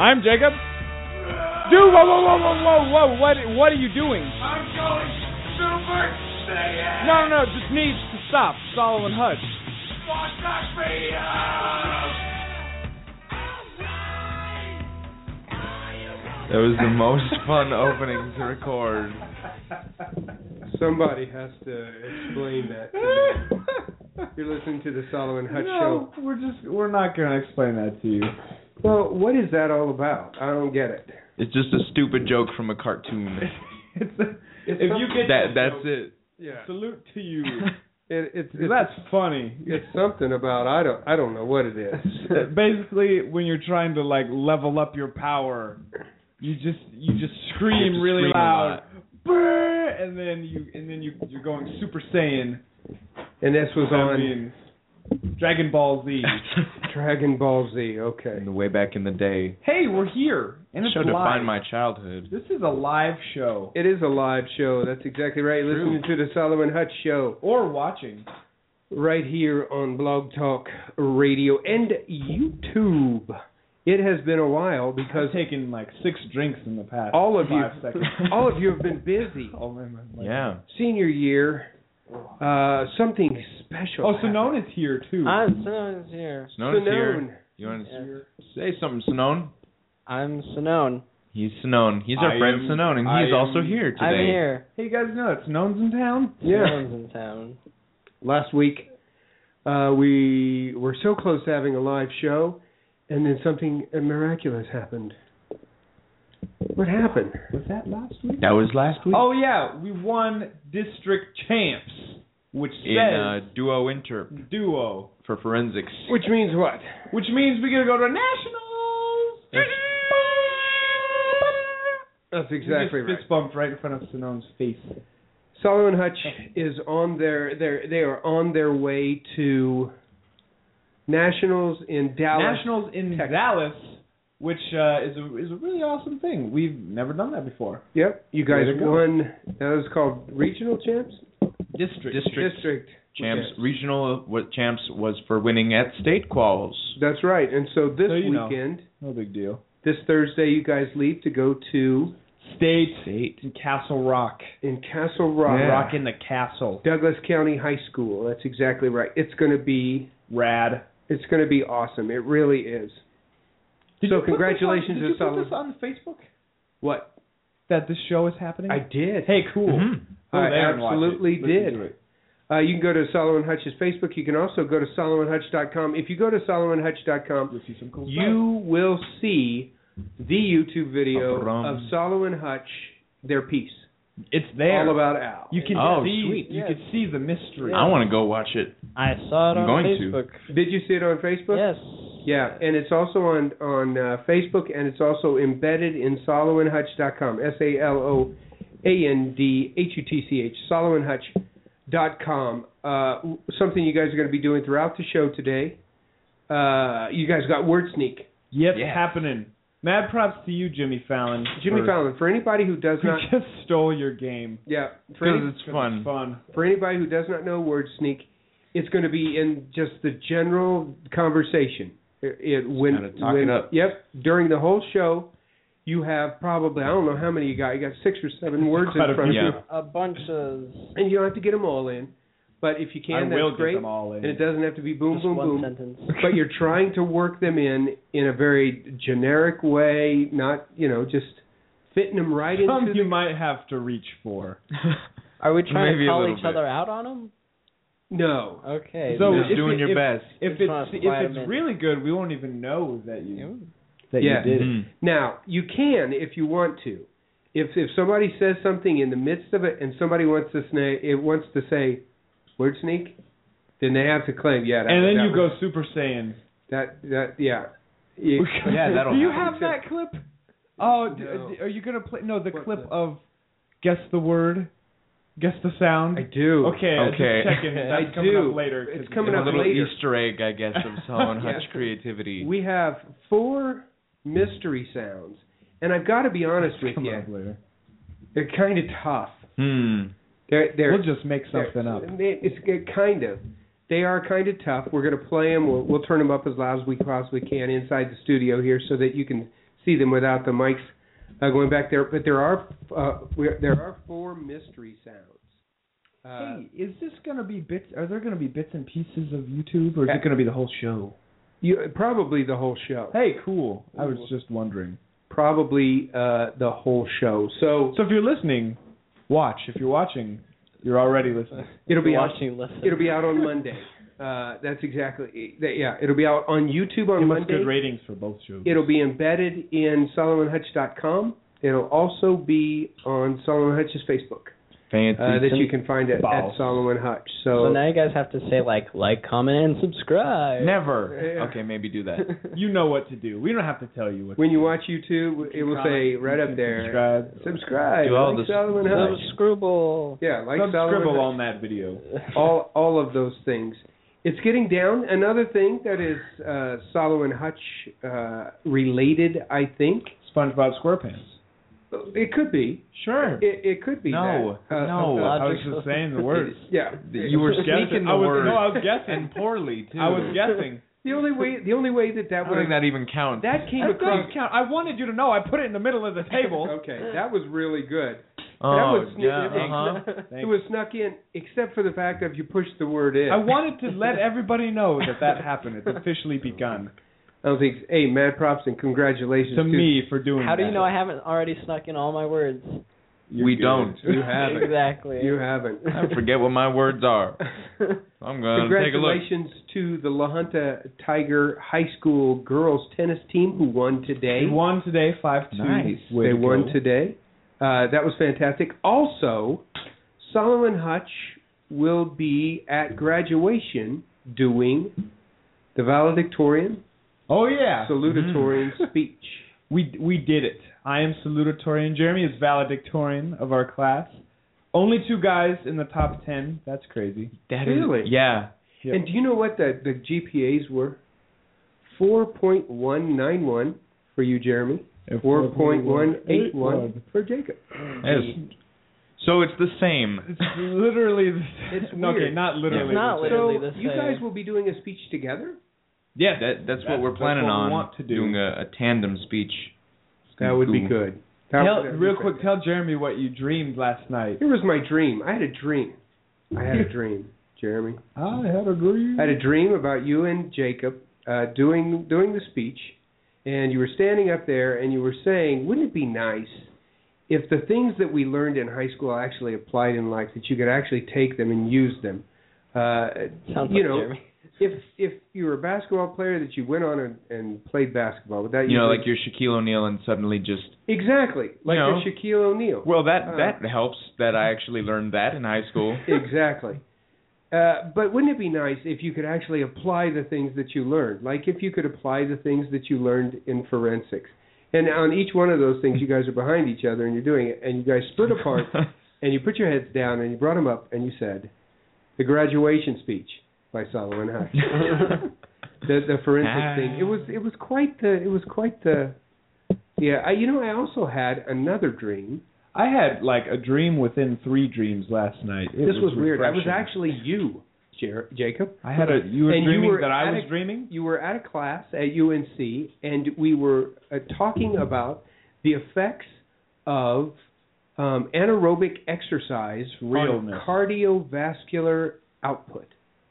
I'm Jacob. Dude, whoa, whoa, whoa, whoa, whoa, whoa! What, what are you doing? I'm going super saiyan. No, no, no! Just needs to stop. Solomon Hutch. Boss, knock me out. That was the most fun opening to record. Somebody has to explain that. To me. You're listening to the Solomon Hutch No, we're just we're not gonna explain that to you. show. Well, what is that all about? I don't get it. It's just a stupid joke from a cartoon. It's a, It's if some- you get that that's it. Yeah, salute to you. it, it's it's, That's funny. it's something about I don't I don't know what it is. Basically, when you're trying to like level up your power, you just you just scream You just really scream a loud, lot. "Brrr," and then you and then you you're going Super Saiyan. And this was I on mean, Dragon Ball Z. Dragon Ball Z. Okay. Way back in the day. hey, we're here and it's Show live. defined my childhood. this is a live show It is a live show. That's exactly right. True. Listening to the Solomon Hutch show or watching. right here on Blog Talk Radio and YouTube. It has been a while because I've taken like six drinks in the past all of five you seconds. all of you have been busy. Oh, my- my- my- Yeah. Senior year, uh, something special. Oh, happened. Sonona's here too. I'm Sonone's here. Sonone's Sonone. here. You want to say something, Sonone? I'm Sonone. He's Sonone. He's our I friend am- Sonone, and I he's am- also here today. I'm here. hey, you guys know that Sonone's in town? Yeah. Sonone's in town. Last week, uh, we were so close to having a live show, and then something miraculous happened. What happened? Was that last week? That was last week. Oh yeah, we won district champs, which in says uh, Duo Inter duo, for forensics. Which means what? which means we get to go to nationals. Yes. That's We just exactly right. Fist bumped right in front of Sonone's face. Solomon Hutch is on their their they are on their way to nationals in Dallas. Nationals in Texas. Dallas, which uh, is a is a really awesome thing. We've never done that before. Yep, you guys Way to go. won. That was called regional champs. District. District, District champs, Yes. regional uh, what champs was for winning at state quals. That's right. And so this So you know. weekend, No big deal. this Thursday, you guys leave to go to State. State. In Castle Rock. in Castle Rock, Yeah. Rock in the castle. Douglas County High School. That's exactly right. It's going to be Rad. it's going to be awesome. It really is. you put So this on- congratulations Did to you put Solid- this on Facebook? What That this show is happening. I did. Hey, cool. Mm-hmm. Go I there and watch it. absolutely Listen did. to it. Uh, you can go to Solomon Hutch's Facebook. You can also go to SolomonHutch.com. If you go to SolomonHutch.com, You'll see some cool stuff. you will see the YouTube video Of rum. of Solomon Hutch, their piece, It's there. all about Al. you can Oh, see. sweet. You can see the mystery. I want to go watch it. I saw it I'm on going to. Facebook. did you see it on Facebook? Yes. Yeah, and it's also on on uh, Facebook, and it's also embedded in SolomonHutch.com. S A L O A N D H U T C H. SolomonHutch.com. Uh, w- something you guys are going to be doing throughout the show today. Uh, you guys got word sneak. Yep, Yeah. happening. Mad props to you, Jimmy Fallon. Jimmy for- Fallon. For anybody who does We not, just stole your game. yeah, for, any- Because it's fun. Fun. for anybody who does not know word sneak, it's going to be in just the general conversation. It, it when, gotta talk when it up. yep during the whole show, you have probably I don't know how many you got. You got six or seven words Quite in a front of few. you, Yeah. A bunch of and you don't have to get them all in. But if you can, I that's will great. get them all in. And it doesn't have to be boom just boom one boom. sentence. But you're trying to work them in in a very generic way, not you know just fitting them right Some into you might have to reach for. Are we trying to Maybe a call little each bit. other out on them? no. Okay. So Just if doing it- your if- best. If Just wanna it's if slide 'em it's in. really good, we won't even know that you Ooh. that Yeah. you did it. Mhm. Now, you can if you want to. If if somebody says something in the midst of it and somebody wants to say it wants to say word sneak, then they have to claim yeah. That, And then that you go was- Super Saiyan. that that yeah. You- Yeah, that'll Do you happen. have that clip? Oh, d- No. d- are you gonna play? No, the What clip the- of guess the word, guess the sound. I do. Okay, I just Okay. checking. That's I coming do. up later. 'cause It's coming a up little later. Easter egg, I guess, of Saul and Yeah. Hutch creativity. We have four mystery sounds, and I've got to be honest with coming you, up later. they're kind of tough. hmm. They're they're We'll just make they're- something up. they- It's it- kind of. They are kind of tough. We're going to play them. We'll, we'll turn them up as loud as we possibly can inside the studio here, so that you can see them without the mics uh, going back there. But there are uh, we're, there are four mystery sounds. Uh, Hey, is this gonna be bits? Are there gonna be bits and pieces of YouTube, or is Yeah. it gonna be the whole show? you, probably the whole show. Hey, cool. I was just wondering. Probably uh, the whole show. So So if you're listening, watch. If you're watching, you're already listening. it'll be out- watching. Listen. It'll be out on Monday. Uh, that's exactly. that- Yeah, it'll be out on YouTube on Give us Monday. good ratings for both shows. It'll be embedded in SolomonHutch.com. It'll also be on Solomon Hutch's Facebook Fancy. uh, that you can find at, at Balls. Solomon Hutch. So, So now you guys have to say like, like, comment, and subscribe. Never. Yeah. Okay, maybe do that. you know what to do. We don't have to tell you what. when you watch YouTube, it will say right you up can there, Subscribe. subscribe. Do all like the- Solomon Little Hutch. Screwball. Yeah, like Solomon. Subscribble Hutch. on that video. all all of those things. It's getting down. Another thing that is uh, Solomon Hutch uh, related, I think. SpongeBob SquarePants. It could be. Sure. It, it could be. No, that. Uh, no. uh, I was just saying the words. yeah. You were guessing. speaking the I was- word. no, I was guessing. and poorly too. I was guessing. the only way. The only way that I that don't would think that even counts. that came That across. doesn't count. I wanted you to know. I put it in the middle of the table. Okay, that was really good. oh, that was sneaky. yeah, uh-huh. It was snuck in, except for the fact that you pushed the word in. I wanted to let everybody know that that happened. It's officially begun. I don't think. Hey, mad props and congratulations To me for doing. How do you that. know I haven't already snuck in all my words? we don't. You haven't. Exactly. You haven't. I forget what my words are. I'm gonna take a look. Congratulations to the La Junta Tiger High School girls tennis team who won today. They won today, five two. Nice. They won today. Uh, that was fantastic. Also, Solomon Hutch will be at graduation doing the valedictorian Oh yeah. salutatorian speech. We we did it. I am salutatorian. Jeremy is valedictorian of our class. Only two guys in the top ten. That's crazy. That is- Really? yeah. Yep. And do you know what the, the GPAs were? 4.191 for you, Jeremy. 4.181 for Jacob. Yes. So it's the same. It's literally. The, It's no, okay, weird. not literally. It's not the same. literally so the you same. guys will be doing a speech together. Yeah, that, that's, what That's- we're that's planning what we on want to do. doing uh, a, a tandem speach. It's That gonna would be cool. good. That Tell, would- that'd be real great. quick, tell Jeremy what you dreamed last night. Here was my dream. I had a dream. I had a dream, Jeremy. I had a dream. I had a dream about you and Jacob uh, doing doing the speech, and you were standing up there and you were saying, "Wouldn't it be nice if the things that we learned in high school actually applied in life? That you could actually take them and use them." Uh, Sounds you like know, Jeremy. if if you were a basketball player, that you went on and, and played basketball. Would that You know, usually- like you're Shaquille O'Neal and suddenly just exactly like know. you're Shaquille O'Neal. well that Uh, that helps that I actually learned that in high school. exactly. Uh, but wouldn't it be nice if you could actually apply the things that you learned? Like if you could apply the things that you learned in forensics. And on each one of those things, you guys are behind each other and you're doing it. And you guys split apart and you put your heads down and you brought them up and you said, The graduation speech by Solomon Hutch. the, the Ah. forensic thing. It was it was quite the it was quite the yeah. I, you know I also had another dream. I had like a dream within three dreams last night. It This was, weird. That was refreshing. actually you, Jer- Jacob. I had a. You were And you dreaming were that I at was a- dreaming. you were at a class at UNC, and we were uh, talking about the effects of um, anaerobic exercise Realness. on cardiovascular output.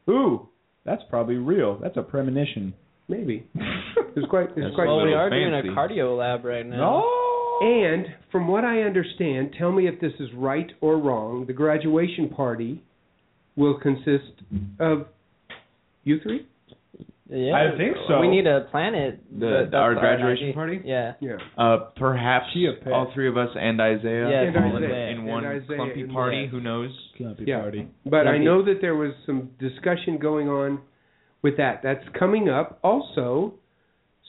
Ooh, that's probably real. That's a premonition. Maybe it was quite. It was That's quite. a well, we little are doing a fancy. cardio lab right now. No. And from what I understand, tell me if this is right or wrong. The graduation party will consist of you three. Yeah. I think so. We need to plan it. The- That's our an graduation idea. party? Yeah. Yeah. Uh, perhaps Chia pet. all three of us and Isaiah Yeah, all And in, Isaiah. in And one Isaiah clumpy in party. one. Who knows? Clumpy Yeah. party. But I Lovely. know that there was some discussion going on with that. That's coming up. Also,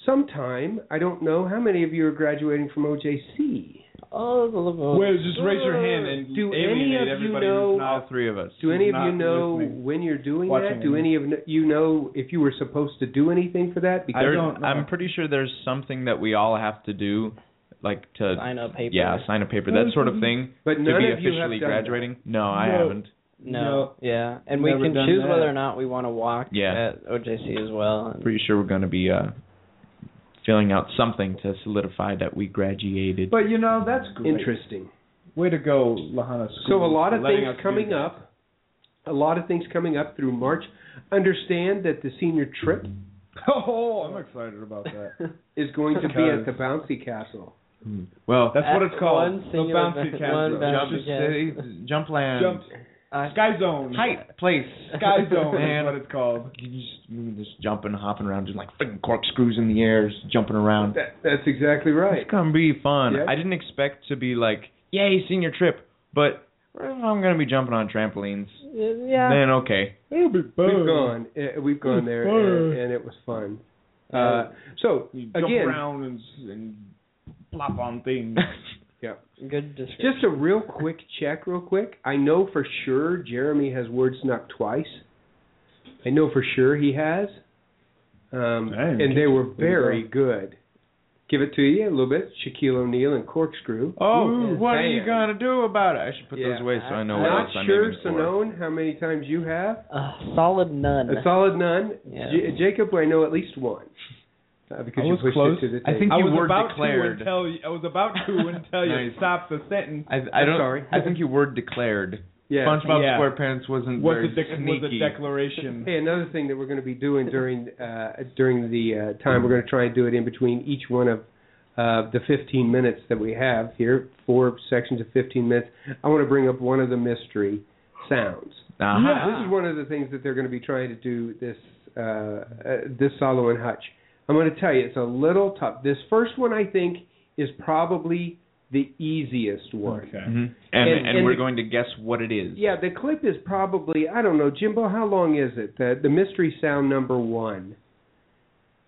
sometime. I don't know how many of you are graduating from OJC. Oh, the love Well, just raise your hand and Do any alienate of you everybody know- who's not all three of us. Do any who's of you not know listening. when you're doing watching that? Do any of you know if you were supposed to do anything for that? Because I don't know. I'm pretty sure there's something that we all have to do, like to Sign a paper. Yeah, sign a paper, that sort of thing. But to none be of you have officially done that. graduating. No, I No. haven't. No. No. Yeah, and we Never can done choose that. whether or not we want to walk Yeah. at OJC as well. And Pretty sure we're going to be uh filling out something to solidify that we graduated. But you know that's great. interesting. Way to go, Lahana. School, So a lot of for letting things us do coming that. up. A lot of things coming up through March. Understand that the senior trip Oh, I'm excited about that. is going to be Because- at the Bouncy Castle. well, That's what it's At called. one the singular bouncy event- castle. one bouncy Just castle. City, jump land, Jump. I- Sky zone. height, place, Sky zone is and what it's called. you just mm, just jumping, hopping around, just like freaking corkscrews in the air, just jumping around. That, that's exactly right. It's gonna be fun. Yeah. I didn't expect to be like, yay, senior trip, but if I'm gonna be jumping on trampolines, yeah. then okay. It'll be We've gone. uh, We've gone there, and, and it was fun. Uh, so You jump again, around and, s- and plop on things. yeah. Good description. Just a real quick check, real quick. I know for sure Jeremy has word snuck twice. I know for sure he has. Um, Dang. and they were very good. Give it to you a little bit, Shaquille O'Neal and Corkscrew. Oh, Ooh, what are you man. gonna do about it? I should put Yeah. those away so I know what Not else I'm sure, aiming for. Sanone, how many times you have. A uh, solid none. A solid none. Yeah. J- Jacob, I know at least one. Uh, because I you was pushed close. it to the I table. think I you was were about declared. to until you, I was about to until you Nice. stopped the sentence. I, I don't. sorry. I think you were declared. Yeah. SpongeBob Yeah. SquarePants wasn't was very a dec- was a sneaky. declaration. Hey, another thing that we're going to be doing during uh, during the uh, time we're going to try and do it in between each one of uh, the 15 minutes that we have here, four sections of 15 minutes. I want to bring up one of the mystery sounds. Uh-huh. This is one of the things that they're going to be trying to do this uh, uh, this Solo and Hutch. I'm going to tell you, it's a little tough. This first one I think is probably the easiest one. Okay. Mhm. And, And- and, and we're the- going to guess what it is. Yeah, the clip is probably I don't know, Jimbo. How long is it? The the mystery sound number one.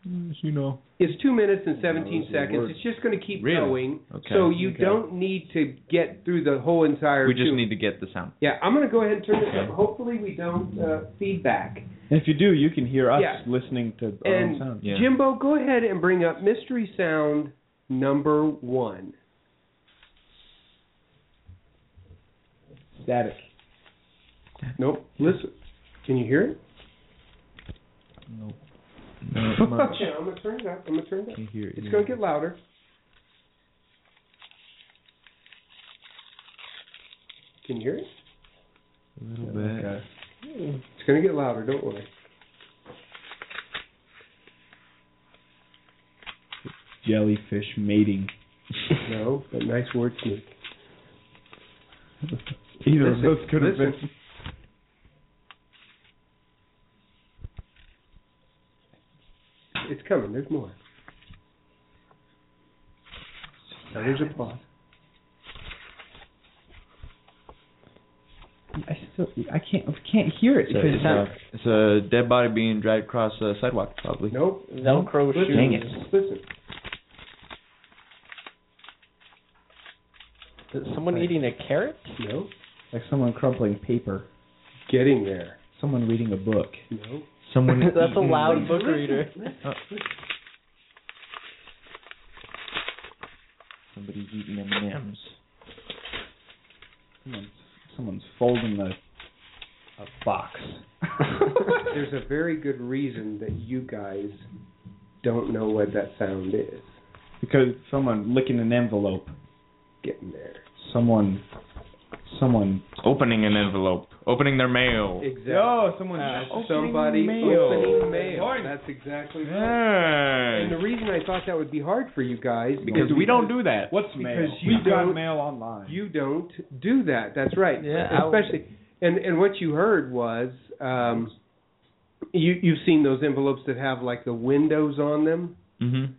Mm, You know. It's two minutes and seventeen those are seconds. words. It's just going to keep Really? going. Okay. So you Okay. don't need to get through the whole entire. We just tune. need to get the sound. Yeah, I'm going to go ahead and turn this up. Hopefully, we don't uh, feedback. If you do, you can hear us Yeah. listening to our own And "Oh, sound. Yeah. Jimbo, go ahead and bring up mystery sound number one. Static. Nope. Listen. Can you hear it? Not much. Okay, I'm going to turn it up. I'm going to turn it up. You hear it, It's yeah. going to get louder. Can you hear it? A little bit. It's going to get louder. Don't worry. Jellyfish mating. No, but nice word sneak. Either Listen, of those could have been. listen. It's coming. There's more. Now there's a pause. I still, I can't, I can't hear it. It's a, it's a- it's a dead body being dragged across a sidewalk, probably. Nope. Velcro shoes. Listen. Listen. Is someone eating a carrot? No. like someone crumpling paper, Getting there. someone reading a book. No. Someone. That's a eating- loud book reader. Somebody's eating M&Ms. Someone's, someone's folding a, a box. There's a very good reason that you guys don't know what that sound is. because someone licking an envelope. Getting there. Someone, someone. Opening an envelope. Opening their mail. Exactly. Uh, someone. Somebody opening mail. That's exactly right. Hey. And the reason I thought that would be hard for you guys Because we don't do that. What's mail? you We've got don't- mail online. You don't do that. That's right. Yeah, I- Especially and and what you heard was um you you've seen those envelopes that have like the windows on them. Mm-hmm.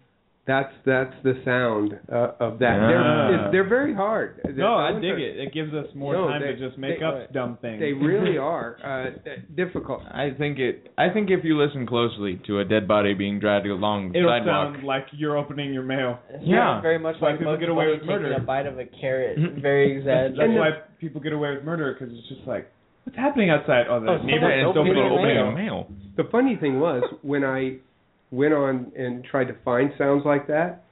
That's that's the sound uh, of that. They're Ah. it's, they're very hard. No, I dig it. It gives us more No, time they- to just make they- up dumb things. They really are uh, difficult. I think it. I think if you listen closely to a dead body being dragged along the It'll sidewalk, sound like you're opening your mail. Yeah. very much Why like people Bugs get away Bunny with murder. taking a bite of a carrot. very That's, exaggerated. that's why people get away with murder because it's just like, what's happening outside? Oh, the Oh, neighbor someone's just opening opened their a mail. mail. mail. The funny thing was when I went on and tried to find sounds like that,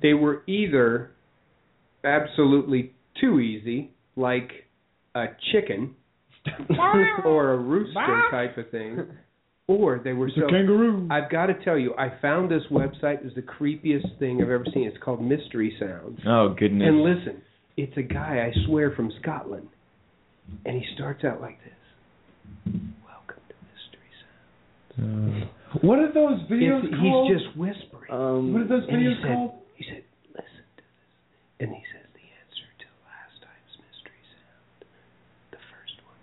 they were either absolutely too easy, like a chicken Oh, or a rooster type of thing, or they were so Kangaroo. I've got to tell you, I found this website is the creepiest thing I've ever seen. It's called Mystery Sounds. Oh goodness. And listen, it's a guy I swear from Scotland, and he starts out like this. Welcome to Mystery Sounds. What are those videos It's- called? he's just whispering. what are those and he videos said, called? he said, listen to this, and he says the answer to last time's Mystery Sound, the first one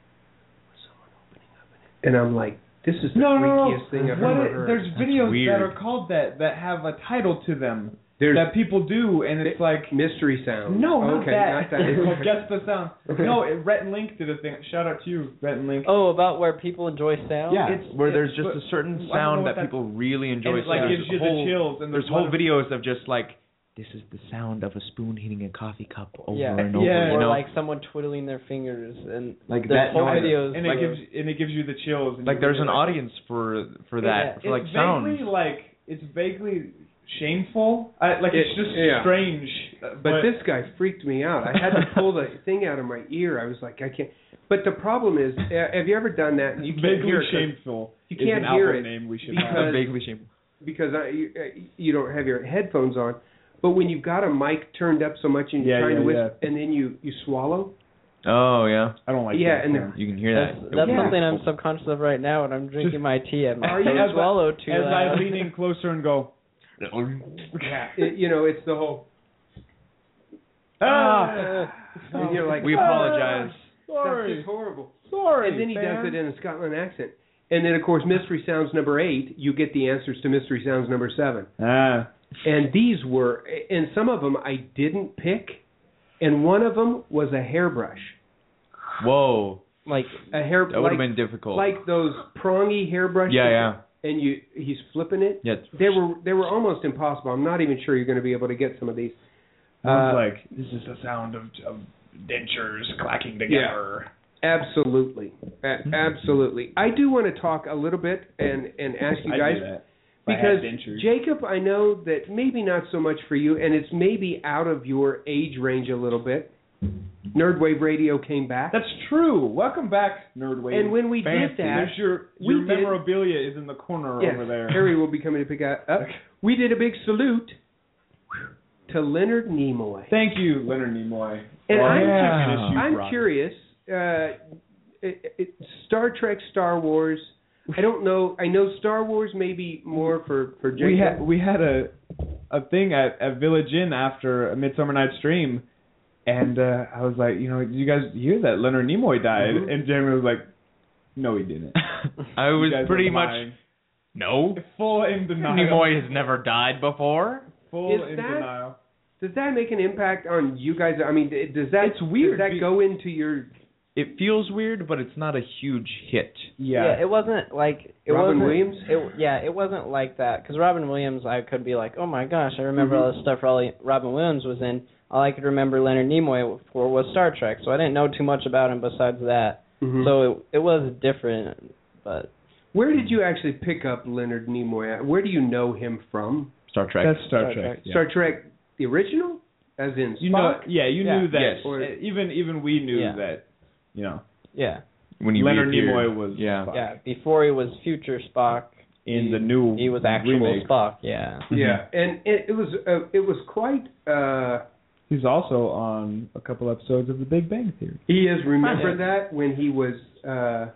was someone opening up an. And I'm like, this is the No, no, no. freakiest thing I've What ever it- heard. there's videos weird. that are called that that have a title to them There's that people do, and it's like mystery sound. No, not okay, that. Not that. It's called Guess the Sound. No, it, Rhett and Link did a thing. Shout out to you, Rhett and Link. Oh, about where people enjoy sound. Yeah. It's- where there's just but- a certain I don't know sound what that that- people really enjoy. and it, like so gives there's you whole, the chills. And There's one whole of- videos of just like this is the sound of a spoon hitting a coffee cup over Yeah. and over. Yeah. you Or know? like someone twiddling their fingers and Like there's that whole noise. videos. and it of- gives and it gives you the chills. And like you there's really an like- audience for for Yeah. that for like it's sounds. vaguely like it's vaguely shameful. I, like it's It- just yeah. strange. uh, But this guy freaked me out. I had to pull the thing out of my ear. I was like, I can't. But the problem is, uh, have you ever done that? and You can't vaguely hear it 'cause- shameful. you is can't an hear album it name we should because- have. Uh, vaguely shameful. because I, you, uh, you don't have your headphones on. But when you've got a mic turned up so much and you're Yeah, trying to yeah, whisper, and then you you swallow. Oh yeah, I don't like yeah, that. and they're- you can hear That's, that. that's Yeah. something I'm subconscious of right now, and I'm drinking my tea. I Are might you- as I- swallow too as I loud. lean in closer and go, It, you know, it's the whole. ah, And you're like, we apologize. That's sorry, just horrible. sorry. And then he does man. it in a Scotland accent. And then, of course, Mystery Sounds number eight, you get the answers to Mystery Sounds number seven. Ah, and these were and some of them I didn't pick, and one of them was a hairbrush, Whoa, like a hair that would like, have been difficult. like those prongy hairbrushes. Yeah, yeah. And you he's flipping it. yeah, They were they were almost impossible. I'm not even sure you're going to be able to get some of these. I Uh, was like, this is the sound of, of dentures clacking together. absolutely, A- Hmm. absolutely. I do want to talk a little bit and and ask you I guys do that. If I had because dentures. Jacob, I know that maybe not so much for you, and it's maybe out of your age range a little bit. Nerdwave Radio came back. That's true. Welcome back, Nerdwave. And when we Fancy. did that, there's your we your did- memorabilia is in the corner yes, over there. Harry will be coming to pick up. up. We did a big salute to Leonard Nimoy. Thank you, Leonard Nimoy. Oh, And Well, I'm- I'm, checking this, you I'm brought it. curious. Uh, it, it, Star Trek, Star Wars. I don't know. I know Star Wars may be more for for Jacob. We had we had a a thing at, at Village Inn after a Midsummer Night's Dream, and uh, I was like, you know, did you guys hear that Leonard Nimoy died? Mhm. And Jeremy was like, No, he didn't. Mm-hmm. I You was guys are pretty much lying. no. full in denial. Nimoy has never died before. full Is in that- denial. Does that make an impact on you guys? I mean, d- does that It's weird Does that be- go into your? It feels weird, but it's not a huge hit. Yeah. yeah. it wasn't like it Robin wasn't, Williams? It, yeah, it wasn't like that because Robin Williams, I could be like, oh my gosh, I remember Mm-hmm. all this stuff Raleigh- Robin Williams was in. All I could remember Leonard Nimoy for was Star Trek, so I didn't know too much about him besides that. Mm-hmm. So it it was different, but Where did you actually pick up Leonard Nimoy? at? Where do you know him from? Star Trek. That's Star, Star Trek. Trek. yeah. Star Trek, the original, as in Spock. You know, yeah, you Yeah. knew that. Yes. Or, even even we knew Yeah. that. You know, yeah, when he Leonard reappeared. Nimoy was yeah. Spock. yeah. Before he was future Spock, in he- the new he was actual remake. Spock. Yeah, Mm-hmm. Yeah, and it, it was uh, it was quite. Uh, He's also on a couple episodes of The Big Bang Theory. he is remember that when he was. Uh,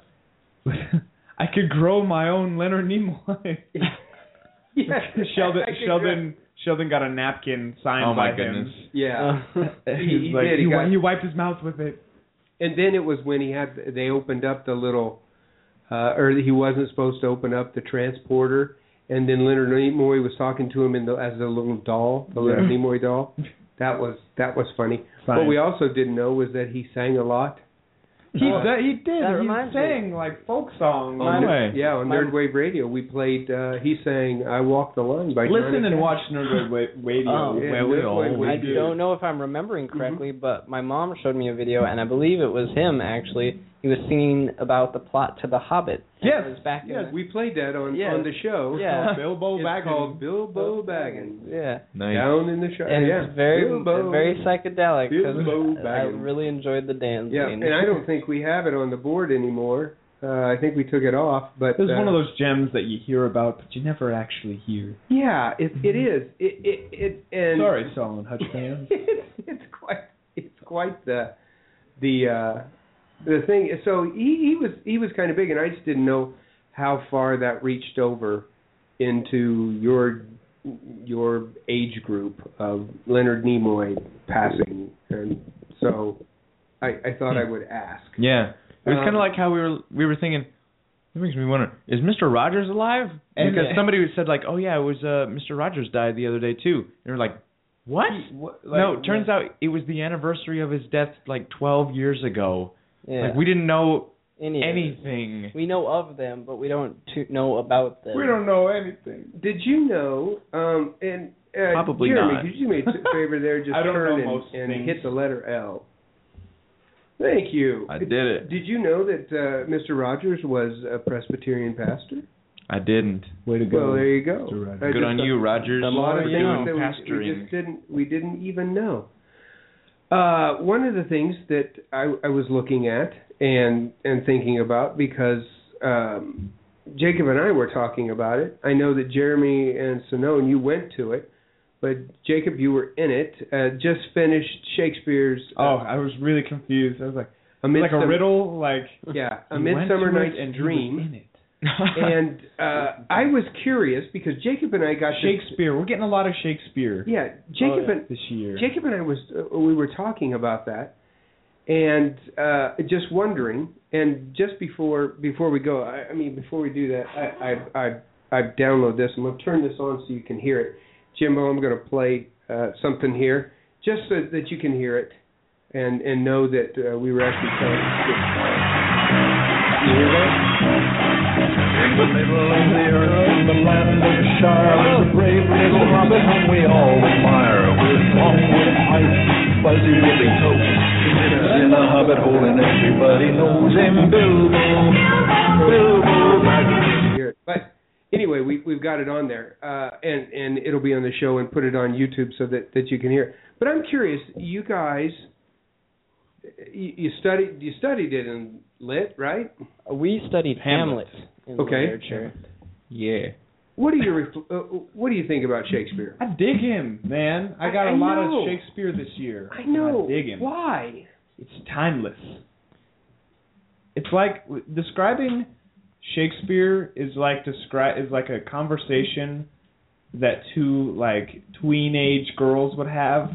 I could grow my own Leonard Nimoy. yeah, Sheldon I could- Sheldon Sheldon got a napkin signed Oh my by goodness. him. Yeah, He, he like, did, he wi- got- he wiped his mouth with it. and then it was when he had they opened up the little, uh, or he wasn't supposed to open up the transporter, and then Leonard Nimoy was talking to him in the, as a little doll, the Leonard Yeah. Nimoy doll. That was that was funny. What Fine. we also didn't know was that he sang a lot. He, Uh, did- he did. that he reminds me. sang like folk songs. Oh, no. way. Yeah, on My- Nerd Wave Radio, we played. Uh, he sang "I Walk the Line" by Listen Johnny and Cash. watch Nerdwave Wa- Radio. Oh, yeah, where we Nerdwave all We I did. don't know if I'm remembering correctly, but my mom showed me a video, and I believe it was him actually. He was singing about the plot to The Hobbit. Yes, It was back in Yes, we played that on Yeah. on the show. Yeah. Bilbo It's called Bilbo Baggins. the, yeah. Nice. Down in the show. And Uh, yeah. it's very Bilbo. very psychedelic Bilbo because I Baggins. really enjoyed the dance. Yeah, scene. and I don't think we have it on the board anymore. Uh, I think we took it off, but It was uh, one of those gems that you hear about, but you never actually hear. Yeah, it it is. It it, it and Sorry, Solomon Hutch fans. it's it's quite it's quite the the uh the thing so he he was he was kind of big and I just didn't know how far that reached over into your your age group of Leonard Nimoy passing and so I I thought I would ask. Hmm. Yeah. It was Um, kind of like how we were we were thinking. It makes me wonder: Is Mister Rogers alive? And- because somebody said like, "Oh yeah, it was uh, Mister Rogers died the other day too," and we're like, "What?" no, it turns out it was the anniversary of his death like 12 years ago. yeah. Like we didn't know Any of it. anything. We know of them, but we don't to know about them. know anything. Did you know um and uh, Probably Jeremy, not. could you do me a t- favor there? Just I don't turn know and, most and things. hit the letter L. Thank you. I did it. Did you know that uh, Mr. Rogers was a Presbyterian pastor? I didn't. Way to go. Well, there you go. Mr. Rogers. I Good just- on you, Rogers. The A lot more of you things know. that we, we Pastoring. just didn't we didn't even know. Uh, one of the things that I, I was looking at and and thinking about because um, Jacob and I were talking about it. I know that Jeremy and Sonone, you went to it, but Jacob, you were in it. Uh, just finished Shakespeare's uh, Oh, I was really confused. I was like, a like a Midsum- riddle, like Yeah, a he went Midsummer to it Night's and he was Dream. in it. and uh, I was curious because Jacob and I got to- Shakespeare. We're getting a lot of Shakespeare yeah, Jacob and Oh, this year. Jacob and I was uh, we were talking about that, and uh, just wondering. And just before before we go, I, I mean, before we do that, I I I, I download this. I'm gonna turn this on so you can hear it. Jimbo, I'm gonna play uh, something here just so that you can hear it, and and know that uh, we were actually telling. You hear that? hear it. But anyway, we we've got it on there, uh, and and it'll be on the show and put it on YouTube so that that you can hear. it. But I'm curious, you guys, you, you studied you studied it in lit, right? We studied Hamlet, Hamlet. in Okay. literature. yeah. What do you refl- uh, what do you think about Shakespeare? I dig him, man. I I- got a I lot know. of Shakespeare this year. I know. I dig him. Why? It's timeless. It's like describing Shakespeare is like describe is like a conversation that two like tween age girls would have.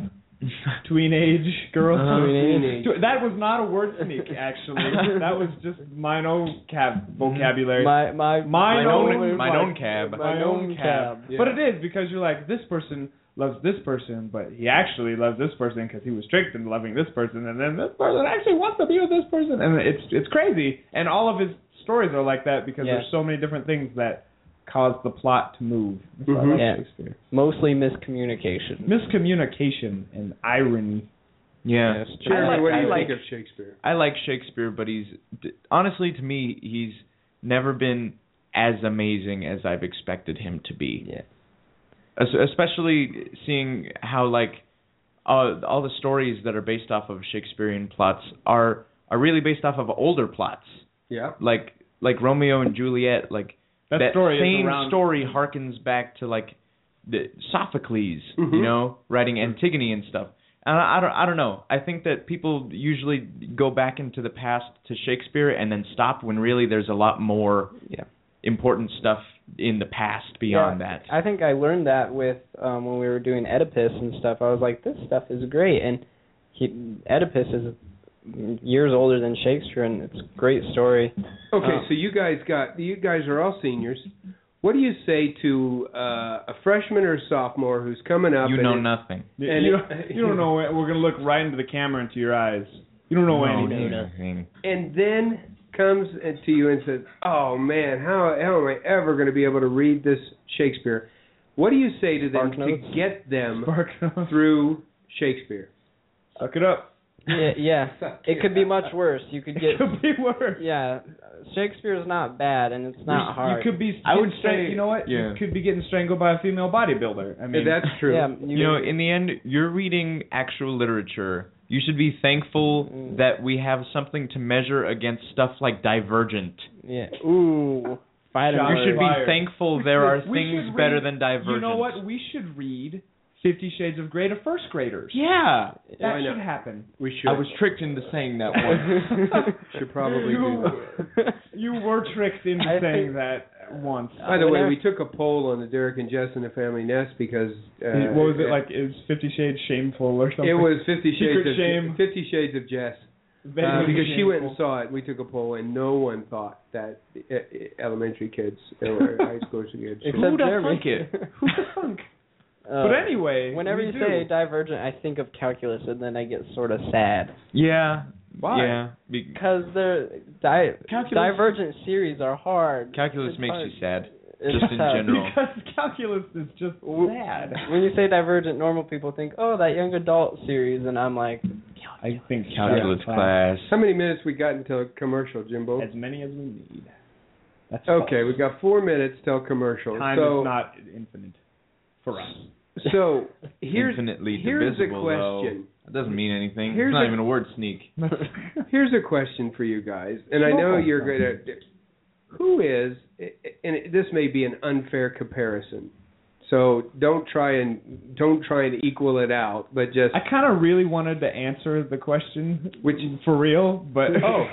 tween age girls. Uh-huh. Teenage. Tw- That was not a word sneak, actually. that was just mine own cab vocabulary. My my Mine My own- own, was my like- own cab. my my own own cab. cab. But it is because you're like this person loves this person, but he actually loves this person because he was tricked into loving this person, and then this person actually wants to be with this person, and it's it's crazy. And all of his stories are like that because Yeah. there's so many different things that cause the plot to move. That's why I Mhm. love Yeah. Shakespeare. mostly miscommunication. Miscommunication and irony. Yeah. Yes, true. Jeremy, I like, what do I you like think of Shakespeare? I like Shakespeare, but he's d- honestly to me he's never been as amazing as I've expected him to be. Yeah. Es- Especially seeing how like uh, all the stories that are based off of Shakespearean plots are are really based off of older plots, Yeah. like like Romeo and Juliet. Like That, story same is around. story harkens back to like the Sophocles, Mhm. you know, writing Antigone and stuff. And I, I don't, I don't know. I think that people usually go back into the past to Shakespeare and then stop when really there's a lot more Yeah. important stuff in the past beyond Yeah, that. I think I learned that with um when we were doing Oedipus and stuff. I was like, this stuff is great, and he, Oedipus is years older than Shakespeare, and it's a great story. Okay, Oh. so you guys got you guys are all seniors. What do you say to uh, a freshman or sophomore who's coming up? You and know it- nothing. You, And you, it- you don't know. it. We're gonna look right into the camera, into your eyes. You don't know Oh, anything. anything. and then comes to you and says, "Oh man, how how am I ever going to be able to read this Shakespeare?" What do you say to them Spark to notes? get them Bark- through Shakespeare? Suck it up. Yeah, yeah. It could be much worse. You could It get could be worse. yeah. Shakespeare's not bad, and it's You- not hard. You could be. I would getting strang- say- You know what? yeah. You could be getting strangled by a female bodybuilder. I mean, That's true. Yeah, you, You know, in the end, you're reading actual literature. You should be thankful Mm-hmm. that we have something to measure against stuff like Divergent. yeah. Ooh, fight Shocker. You should be Fired. thankful there are We should things read- better than Divergent. You know what? We should read Fifty Shades of Grey to first graders. Yeah. That Why not? should happen. We should. I was tricked into saying that one. should probably do you, that. you were tricked into I saying think- that once. By the way, Whenever- we took a poll on the Derek and Jess and the Family Nest because uh, what was it like? Is Fifty Shades shameful or something? It was Fifty Shades Secret of shame. Fifty Shades of Jess. Vaguely Uh, because she went and shameful. saw it. We took a poll, and no one thought that uh, uh, elementary kids or high school kids. Except Who the Jeremy. funk it? Who the funk? Uh, But anyway, whenever we you do. say divergent, I think of calculus, and then I get sort of sad Yeah. Why? Yeah. Be- because the di- Calculus- divergent series are hard. calculus It's makes hard. you sad. It's just in hard. general. because calculus is just sad. When you say divergent, normal people think, "Oh, that young adult series," and I'm like, I think Calculus class. How many minutes we got until commercial, Jimbo? As many as we need. That's Okay, all. we got four minutes till commercial. Time so, is not infinite for us. so here's Infinitely here's a divisible, though. question. That doesn't mean anything. Here's it's not a- even a word sneak. Here's a question for you guys, and I know you're going to. Who is, and this may be an unfair comparison, so don't try and don't try and equal it out, but just I kind of really wanted to answer the question, which for real, but Oh.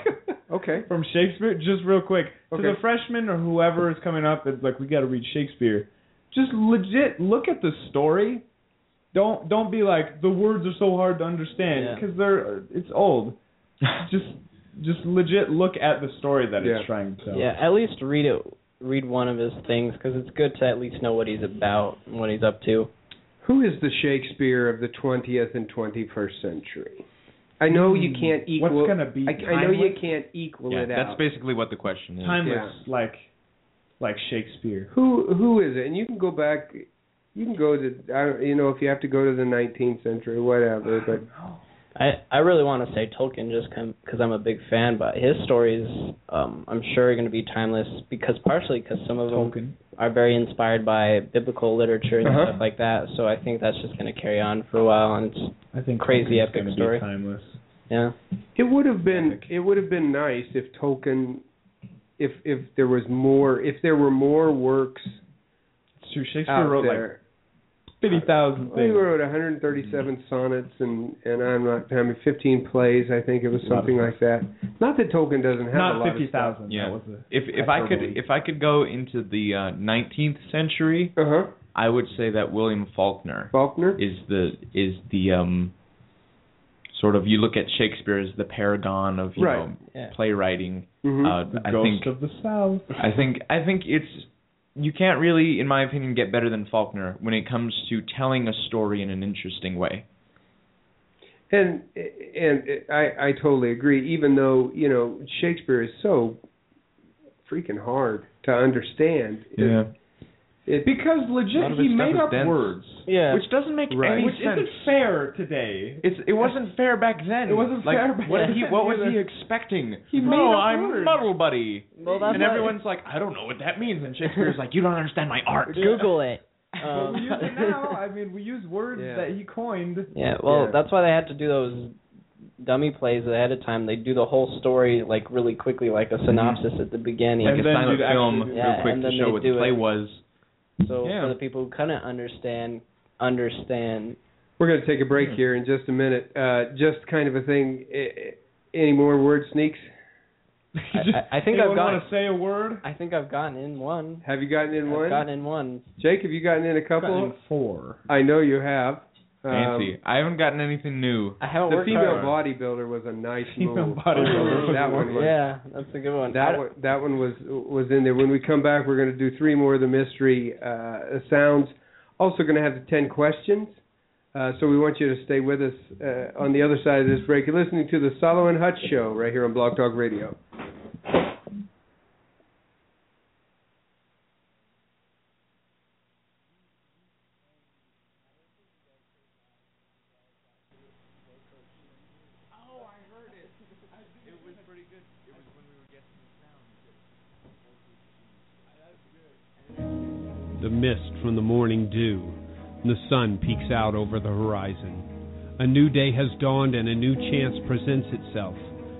okay. from Shakespeare, just real quick Okay. to the freshman or whoever is coming up, it's like we got to read Shakespeare. Just legit look at the story. Don't don't be like the words are so hard to understand Yeah. because they're it's old. just just legit look at the story that Yeah. it's trying to tell. Yeah, at least read it. Read one of his things because it's good to at least know what he's about and what he's up to. Who is the Shakespeare of the 20th and 21st century? I know you can't equal. Hmm. What's gonna be I, I know you timeless? can't equal Yeah, it that's out. basically what the question is. Timeless, like like Shakespeare. who who is it? And you can go back. You can go to I don't, you know if you have to go to the 19th century, whatever. But I I really want to say Tolkien just because I'm a big fan, but his stories um I'm sure are going to be timeless because partially because some of them Tolkien. are very inspired by biblical literature and Uh-huh. stuff like that. So I think that's just going to carry on for a while, and it's I think Crazy Tolkien's epic gonna be story. timeless. yeah. it would have been it would have been nice if Tolkien, if if there was more if there were more works It's true. Shakespeare out wrote like there. fifty thousand Well, he things. Mm-hmm. wrote 137 sonnets and and I'm not I mean 15 plays I think it was something like that. Not that Tolkien doesn't have a Not lot fifty of thousand. Yeah. That was If if I could hyperbole. if I could go into the uh, 19th century, Uh huh. I would say that William Faulkner Faulkner. is the is the um sort of you look at Shakespeare as the paragon of you Right. know Yeah. playwriting. Mhm. Uh, Mm-hmm. the I ghost think of the south. I think I think it's you can't really, in my opinion, get better than Faulkner when it comes to telling a story in an interesting way. And and I I totally agree. Even though you know Shakespeare is so freaking hard to understand. It- It, Because lot legit, of he his stuff made is up dense. words, Yeah. Which doesn't make Right. any which sense. isn't fair today. It's it wasn't fair back then. It wasn't like, fair back what then He, what was either. he expecting? He made no, up I'm words. Muddle Buddy. Well, that's and why- everyone's like, I don't know what that means. And Shakespeare's like, you don't understand my art. Google it. But we Um, use it now. I mean, we use words Yeah. that he coined. Yeah, well, Yeah. that's why they had to do those dummy plays ahead of time. They do the whole story like really quickly, like a synopsis at the beginning. Like And a then silent you'd actually film do that. real Yeah, quick and to then show they what do the play it. was. so yeah. for the people who couldn't understand, understand. we're going to take a break here in just a minute. Uh, just kind of a thing. I- I- Any more word sneaks? I- I think Anyone I've got want to say a word? I think I've gotten in one. Have you gotten in I've one? gotten in one. Jake, have you gotten in a I've gotten couple? four. I know you have. Um, Fancy. I haven't gotten anything new. I haven't the worked female hard. bodybuilder was a nice Female move. bodybuilder was that one was Yeah, that's a good one. I that don't- one, that one was was in there. When we come back, we're going to do three more of the mystery uh, sounds. Also going to have the ten questions. Uh, so we want you to stay with us uh, on the other side of this break. You're listening to the Solo and Hutch Show right here on Blog Talk Radio. the mist from the morning dew, and the sun peeks out over the horizon. A new day has dawned and a new chance presents itself,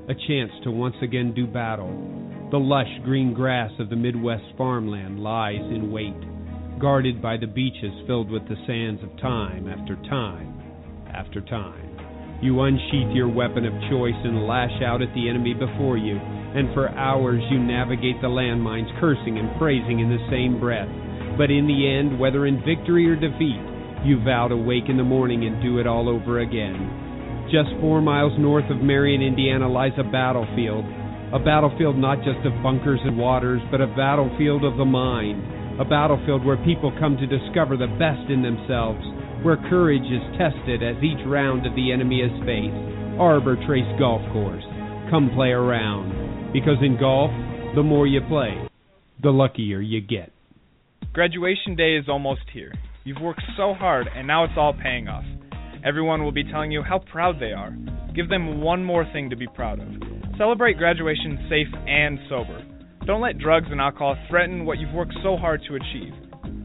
a chance to once again do battle. The lush green grass of the Midwest farmland lies in wait, guarded by the beaches filled with the sands of time after time after time. You unsheath your weapon of choice and lash out at the enemy before you, and for hours you navigate the landmines, cursing and praising in the same breath. But in the end, whether in victory or defeat, you vow to wake in the morning and do it all over again. Just four miles north of Marion, Indiana, lies a battlefield. A battlefield not just of bunkers and waters, but a battlefield of the mind. A battlefield where people come to discover the best in themselves, where courage is tested as each round of the enemy is faced. Arbor Trace Golf Course. Come play around. Because in golf, the more you play, the luckier you get. Graduation day is almost here. You've worked so hard, and now it's all paying off. Everyone will be telling you how proud they are. Give them one more thing to be proud of. Celebrate graduation safe and sober. Don't let drugs and alcohol threaten what you've worked so hard to achieve.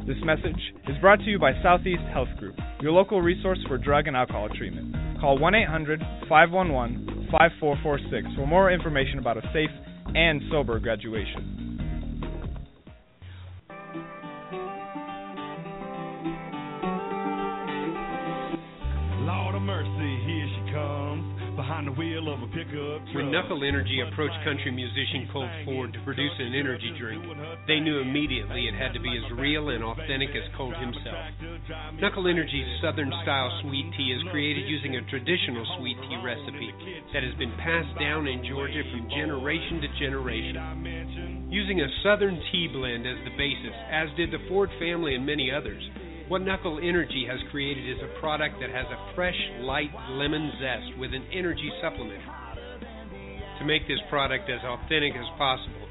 This message is brought to you by Southeast Health Group, your local resource for drug and alcohol treatment. Call 1 800 511 5446 for more information about a safe and sober graduation. Lord of mercy, here she comes behind the wheel of a pickup truck. When Knuckle Energy approached country musician Colt Ford to produce an energy drink, they knew immediately it had to be as real and authentic as Colt himself. Knuckle Energy's southern style sweet tea is created using a traditional sweet tea recipe that has been passed down in Georgia from generation to generation. Using a southern tea blend as the basis, as did the Ford family and many others, what Knuckle Energy has created is a product that has a fresh, light lemon zest with an energy supplement. To make this product as authentic as possible,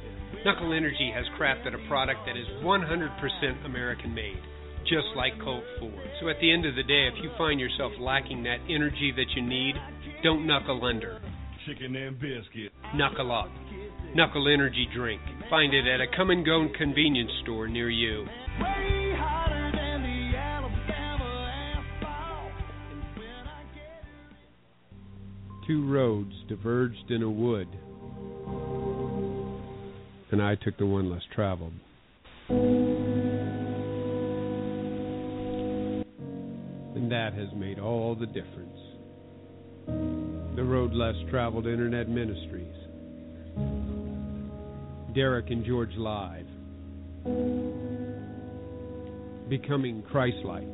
Knuckle Energy has crafted a product that is 100% American made, just like Colt Ford. So at the end of the day, if you find yourself lacking that energy that you need, don't knuckle under. Chicken and biscuit. Knuckle up. Knuckle Energy drink. Find it at a come and go convenience store near you. Two roads diverged in a wood, and I took the one less traveled. And that has made all the difference. The Road Less Traveled Internet Ministries. Derek and George Live. Becoming Christ like.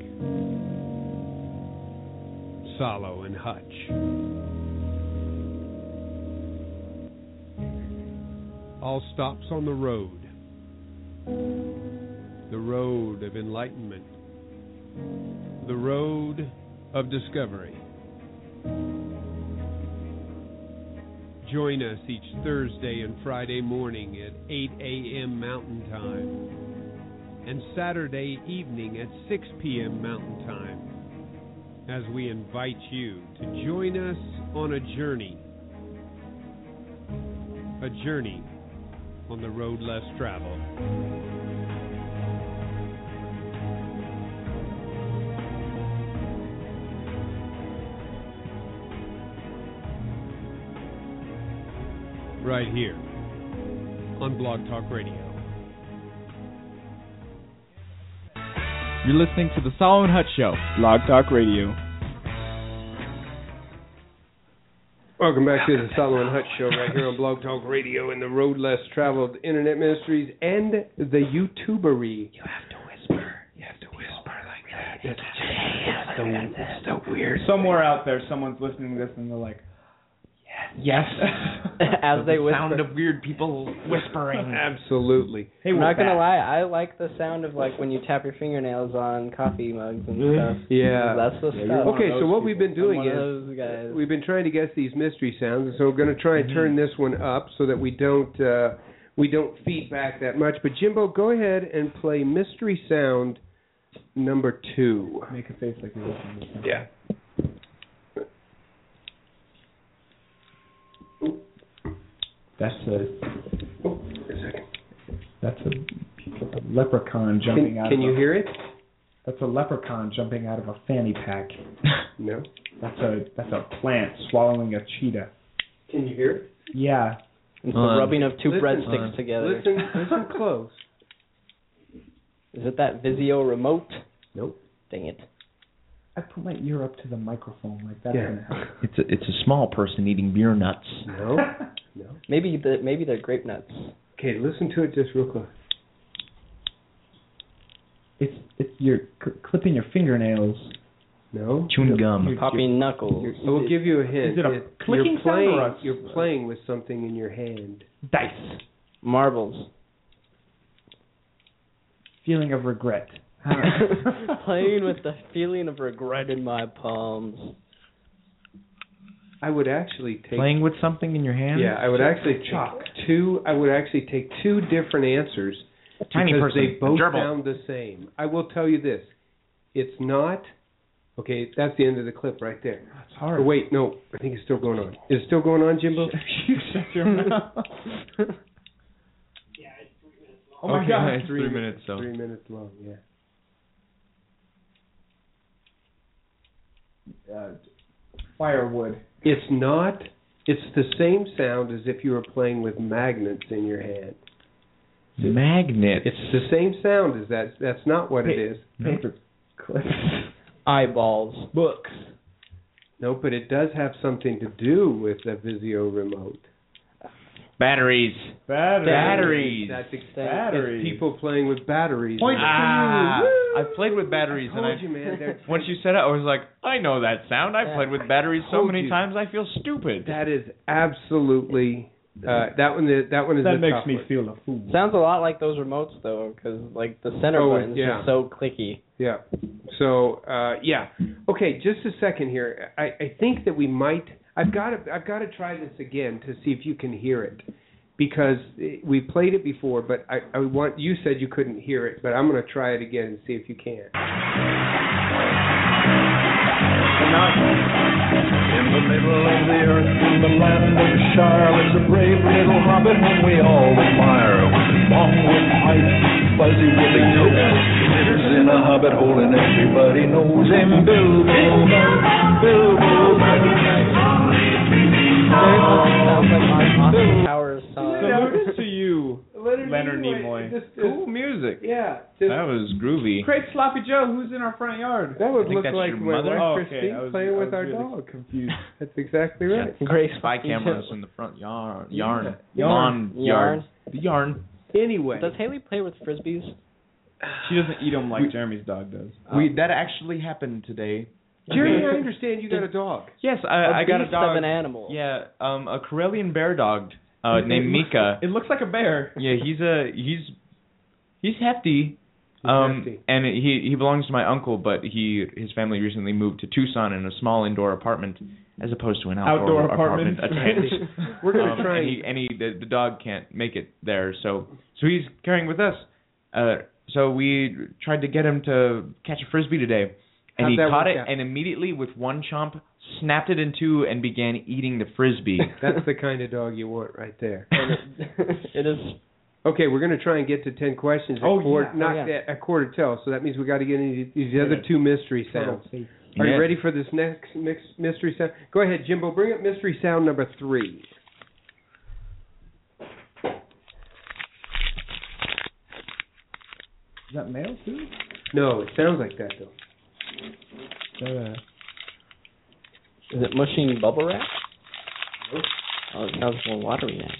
Solo and Hutch. All stops on the road. The road of enlightenment. The road of discovery. Join us each Thursday and Friday morning at 8 a.m. Mountain Time and Saturday evening at 6 p.m. Mountain Time as we invite you to join us on a journey. A journey on the road less traveled. Right here on Blog Talk Radio. You're listening to the Solomon Hut Show, Blog Talk Radio. Welcome back to the Solomon Hutch Show right here on Blog Talk Radio and the Road Less Traveled Internet Ministries and the YouTubery. You have to whisper. You have to whisper like that. That's- so it's so weird. Somewhere out there, someone's listening to this and they're like, Yes. As they whisper. sound of weird people whispering. Absolutely. Hey, I'm we're not gonna back. lie, I like the sound of like when you tap your fingernails on coffee mugs and stuff. Yeah. that's the stuff. Okay, so what we've been doing I'm one is of those guys. we've been trying to guess these mystery sounds, and so we're going to try and turn Mm-hmm. this one up so that we don't uh, we don't feedback that much. But Jimbo, go ahead and play mystery sound number two. make a face like you're listening to something. Yeah. That's a that's a leprechaun jumping Can, out. can of you a, hear it? That's a leprechaun jumping out of a fanny pack. No. That's a that's a plant swallowing a cheetah. Can you hear it? Yeah. It's the rubbing of two breadsticks together. Listen, listen close. Is it that Vizio remote? Nope. Dang it. I put my ear up to the microphone like that's Yeah. gonna happen. It's a, it's a small person eating beer nuts. No. Maybe the maybe they're grape nuts. Okay, listen to it just real close. It's it's you're cl- clipping your fingernails. No. Chewing gum. Popping knuckles. I will give you a hint. Is it a clicking you're sound playing, or a- You're playing with something in your hand. Dice. Marbles. Feeling of regret. Playing with the feeling of regret in my palms. I would actually take Playing with something in your hand. Yeah, I would actually Chalk. take two. I would actually take two different answers Tiny because person. they both Gerbil. sound the same. I will tell you this: it's not. Okay, that's the end of the clip right there. It's hard. Or wait, no, I think it's still going on. Is it still going on, Jimbo? Oh my Okay, god. it's three minutes, so. Three minutes long. Yeah. Uh, firewood. It's not. It's the same sound as if you were playing with magnets in your hand. Magnet. It's the same sound as that. That's not what it is. Paper clip. Eyeballs. Books. No, but it does have something to do with the Vizio remote. Batteries. Batteries. Batteries. That's exactly. Batteries. It's people playing with batteries. Point Ah, to I played with batteries, told and I you, man. They're- once you said it, I was like, I know that sound. I played with batteries so told many you. times, I feel stupid. That is absolutely. Uh, that one. That one is. That the makes top me one. feel a fool. Sounds a lot like those remotes though, because like the center Oh, button's yeah. just so clicky. Yeah. So uh, yeah. Okay, just a second here. I, I think that we might. I've got to. I've got to try this again to see if you can hear it, because eh, we played it before. But I, I want. You said you couldn't hear it, but I'm going to try it again and see if you can. In the middle of the earth, in the land of Shire, lives a brave little hobbit whom we all admire. Long with height, fuzzy with a coat, lives in a hobbit hole and everybody knows him. Bilbo, Bilbo, Sounds like my Austin Powers song. Salute to you, Leonard Leonard Nimoy. cool music. Yeah. That was groovy. Great Sloppy Joe, who's in our front yard? That I would think look that's like your my mother? wife Oh, okay. Christine I was- playing I with was our really dog. Confused. That's exactly Yeah. right. Grace Spy cameras in the front yard. Yarn. Yarn. Yarn. Yarn. The yarn. Anyway, Does Haley play with frisbees? She doesn't eat them like Jeremy's dog does. We that actually happened today. Jeremy, I understand you got a dog. Yes, I, A I got a beast dog. of an animal. Yeah, um, a Karelian bear dog uh, named Mika. It looks like a bear. Yeah, he's a he's he's hefty. Um, hefty. and he he belongs to my uncle, but he his family recently moved to Tucson in a small indoor apartment as opposed to an outdoor, Outdoor apartment. a tent. We're gonna Um, try and and he, and he the, the dog can't make it there, so so he's carrying with us. Uh, so we tried to get him to catch a frisbee today, and How'd he that caught work it out? and immediately with one chomp snapped it in two and began eating the frisbee. That's the kind of dog you want right there. It is Okay, we're going to try and get to ten questions. At Oh, quarter, yeah. not Oh, yeah. at, at quarter till. So that means we got to get into these other two mystery sounds. Are you Yeah. ready for this next mix, mystery sound? Go ahead, Jimbo. Bring up mystery sound number three. Is that male too? No, it sounds like that though. Is that a- is it mushing bubble wrap? Oh, it sounds more watery now.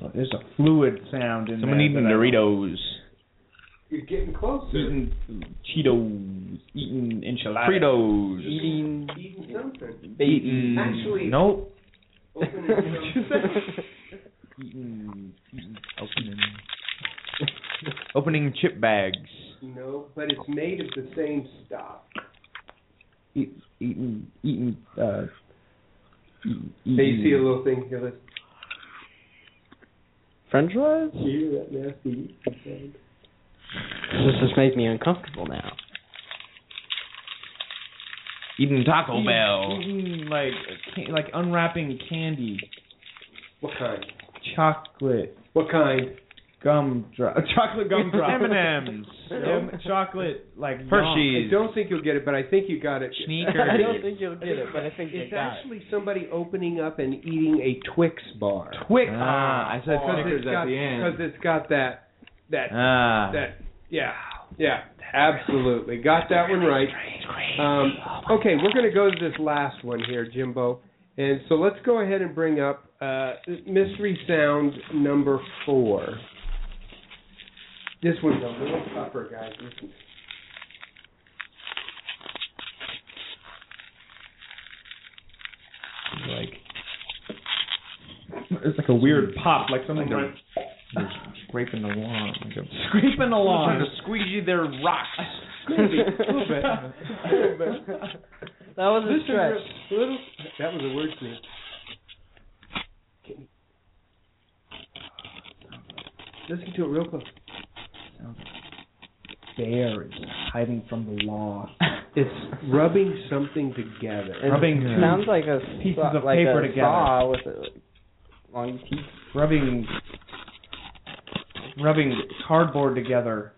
so there's a fluid sound in Someone there. eating that I- Doritos. You're getting closer. Eating Cheetos, eating enchiladas, Fritos. eating Eating something. Eating. Actually, Nope. open Eating. Opening. Opening chip bags. no, but it's made of the same stuff. Eat, eating. Eating. Uh, eating, Hey, you see a little thing here. Let's French fries? hear that nasty sound. This just makes me uncomfortable now. Eating Taco Eating- Bell. Eating like can, like unwrapping candy, What kind? chocolate, What kind? gum drop, chocolate gum drop, M&Ms. Um, chocolate like I Hershey's. don't think you'll get it, but I think you got it. Sneakers. I don't think you'll get it, but I think It's actually somebody opening up and eating a Twix bar. Twix. Ah, I said Snickers at the end. Because it's got that that Ah. that yeah yeah absolutely got that one right. Um, okay, we're going to go to this last one here, Jimbo, and so let's go ahead and bring up uh, mystery sound number four. This one's a little tougher, guys. Listen. like it's like a weird pop, like someone went scraping along, like a, scraping along, Trying to squeegee their rocks. Maybe a little bit. A little bit. That was a This is stretch. a little, that was a word sneak. Listen to it real close. bear is hiding from the law. It's rubbing something together. It sounds like a pieces saw- of like paper a together. saw with a long teeth. rubbing rubbing cardboard together,